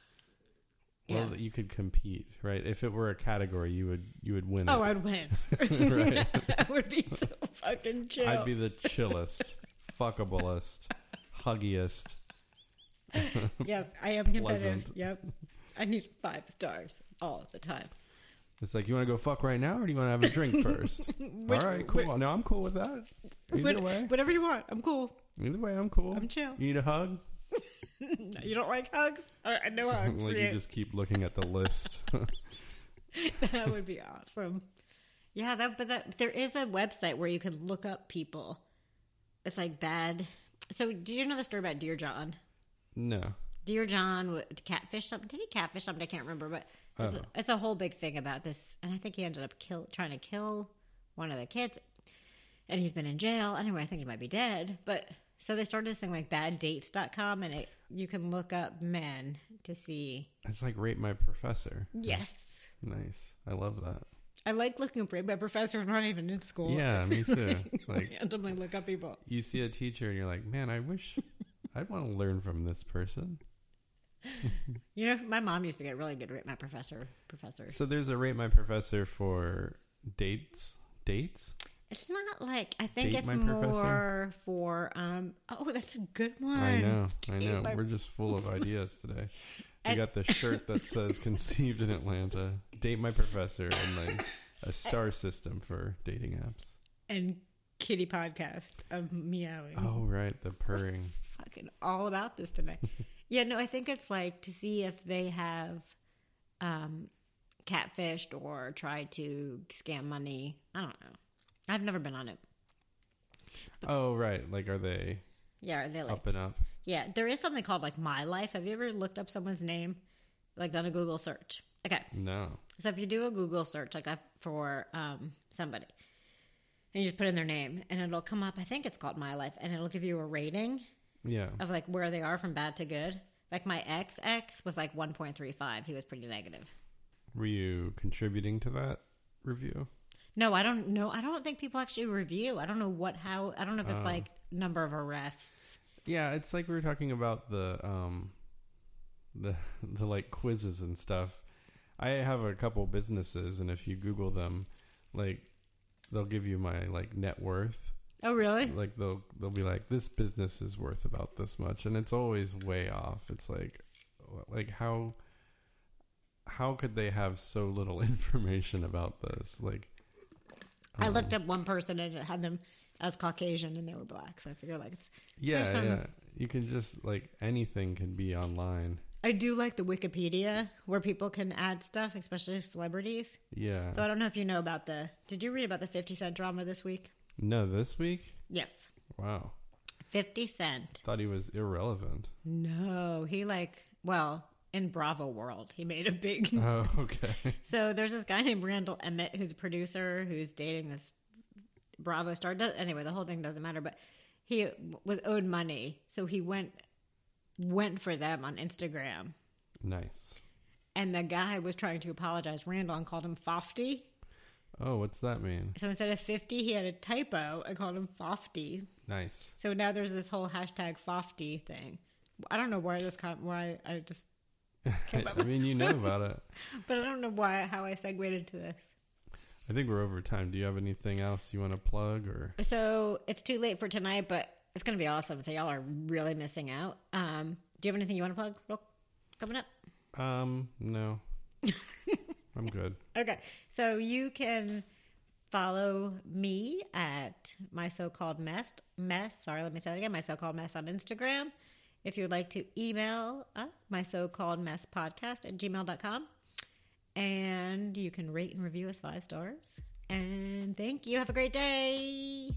[SPEAKER 2] well,
[SPEAKER 1] yeah.
[SPEAKER 2] you could compete, right? If it were a category, you would you would win.
[SPEAKER 1] Oh,
[SPEAKER 2] it.
[SPEAKER 1] I'd win.
[SPEAKER 2] <laughs>
[SPEAKER 1] <laughs>
[SPEAKER 2] Right.
[SPEAKER 1] I would be so fucking chill.
[SPEAKER 2] I'd be the
[SPEAKER 1] <laughs>
[SPEAKER 2] chillest, fuckablest, huggiest.
[SPEAKER 1] yes, I am competitive.
[SPEAKER 2] Pleasant.
[SPEAKER 1] Yep. I need five stars all the time.
[SPEAKER 2] It's like you want to go fuck right now, or do you want to have a drink
[SPEAKER 1] <laughs>
[SPEAKER 2] first? All right, cool. no, I'm cool with that. Either
[SPEAKER 1] What-
[SPEAKER 2] way,
[SPEAKER 1] Whatever you want. I'm cool.
[SPEAKER 2] either way, I'm cool.
[SPEAKER 1] I'm chill.
[SPEAKER 2] You need a hug?
[SPEAKER 1] No, You don't like hugs? All right, no hugs for
[SPEAKER 2] <laughs> like you
[SPEAKER 1] you.
[SPEAKER 2] just keep looking at the list. <laughs>
[SPEAKER 1] that would be awesome. Yeah, that but that there is a website where you can look up people. It's like bad. So, did you know the story about Dear John?
[SPEAKER 2] no.
[SPEAKER 1] Dear John w- catfish something. Did he catfish something? I can't remember, but it's,
[SPEAKER 2] Oh.
[SPEAKER 1] it's a whole big thing about this. And I think he ended up kill trying to kill one of the kids, and he's been in jail. Anyway, I think he might be dead. But so they started this thing like baddates.com, and it, you can look up men to see.
[SPEAKER 2] It's like rate my professor.
[SPEAKER 1] Yes.
[SPEAKER 2] Nice. I love that.
[SPEAKER 1] I like looking up my professor. I'm not even in school. <laughs>
[SPEAKER 2] Yeah, me too. Like-
[SPEAKER 1] Like, randomly look up people.
[SPEAKER 2] You see a teacher and you're like, man,
[SPEAKER 1] <laughs>
[SPEAKER 2] I wish I want to learn from this person.
[SPEAKER 1] You know, my mom used to get really good at my professor. Professor.
[SPEAKER 2] So there's a rate my professor for dates. Dates?
[SPEAKER 1] It's not like I think
[SPEAKER 2] Date
[SPEAKER 1] it's
[SPEAKER 2] my professor?
[SPEAKER 1] more for. um Oh, that's a good one.
[SPEAKER 2] I know. I
[SPEAKER 1] Date
[SPEAKER 2] know.
[SPEAKER 1] my-
[SPEAKER 2] We're just
[SPEAKER 1] <laughs>
[SPEAKER 2] full of ideas today. We
[SPEAKER 1] And-
[SPEAKER 2] got the
[SPEAKER 1] <laughs>
[SPEAKER 2] shirt that says conceived in Atlanta, date my professor, and like
[SPEAKER 1] <laughs>
[SPEAKER 2] a star system for dating apps.
[SPEAKER 1] And kitty podcast of meowing.
[SPEAKER 2] Oh, right. The purring.
[SPEAKER 1] fucking all about this
[SPEAKER 2] <laughs>
[SPEAKER 1] tonight. yeah, no, I think it's like to see if they have um, catfished or tried to scam money. I don't know. I've never been on it.
[SPEAKER 2] Oh, right. Like, are they
[SPEAKER 1] Yeah, are they like
[SPEAKER 2] up and up?
[SPEAKER 1] yeah. There is something called like My Life. Have you ever looked up someone's name, like done a Google search? Okay,
[SPEAKER 2] No.
[SPEAKER 1] so if you do a Google search like I- for um, somebody, and you just put in their name, and it'll come up. I think it's called My Life, and it'll give you a rating.
[SPEAKER 2] Yeah.
[SPEAKER 1] of like where they are from bad to good. Like my ex ex was like 1.35. He was pretty negative.
[SPEAKER 2] Were you contributing to that review?
[SPEAKER 1] No, I don't know. I don't think people actually review. I don't know what how. I don't know if it's like number of arrests.
[SPEAKER 2] Yeah, it's like we were talking about the um the <laughs> the like quizzes and stuff. I have a couple businesses and if you google them, like they'll give you my like net worth.
[SPEAKER 1] Oh really?
[SPEAKER 2] Like they'll they'll be like this business is worth about this much and it's always way off. It's like like how how could they have so little <laughs> information about this? Like
[SPEAKER 1] I
[SPEAKER 2] um,
[SPEAKER 1] looked up one person and it had them as Caucasian and they were black. So I figure like it's,
[SPEAKER 2] Yeah,
[SPEAKER 1] there's um, some-
[SPEAKER 2] yeah. You can just like anything can be online.
[SPEAKER 1] I do like the Wikipedia where people can add stuff, especially celebrities.
[SPEAKER 2] Yeah.
[SPEAKER 1] So I don't know if you know about the. Did you read about the Fifty Cent drama this week?
[SPEAKER 2] no, this week?
[SPEAKER 1] Yes,
[SPEAKER 2] Wow.
[SPEAKER 1] Fifty Cent.
[SPEAKER 2] Thought he was irrelevant.
[SPEAKER 1] No, he like well in Bravo world he made a big. <laughs>
[SPEAKER 2] Oh, okay.
[SPEAKER 1] so there's this guy named Randall Emmett who's a producer who's dating this Bravo star. Does, anyway, the whole thing doesn't matter, but he was owed money, so he went went for them on Instagram,
[SPEAKER 2] nice.
[SPEAKER 1] and the guy was trying to apologize. Randall and called him Fofty.
[SPEAKER 2] Oh, what's that mean?
[SPEAKER 1] So instead of fifty, he had a typo and called him Fofty.
[SPEAKER 2] Nice.
[SPEAKER 1] So now there's this whole hashtag Fofty thing. I don't know where this com- why I just
[SPEAKER 2] I mean, you know about it.
[SPEAKER 1] But I don't know why how I segued into this.
[SPEAKER 2] I think we're over time. Do you have anything else you want to plug or?
[SPEAKER 1] So it's too late for tonight, but it's gonna be awesome. So y'all are really missing out. Um, do you have anything you want to plug? Real coming up.
[SPEAKER 2] Um, no. I'm good.
[SPEAKER 1] Okay, so you can follow me at my so-called mess mess. Sorry, let me say that again. My so-called mess on Instagram. If you'd like to email us, my so-called mess podcast at gmail.com. And you can rate and review us five stars. And thank you. Have a great day.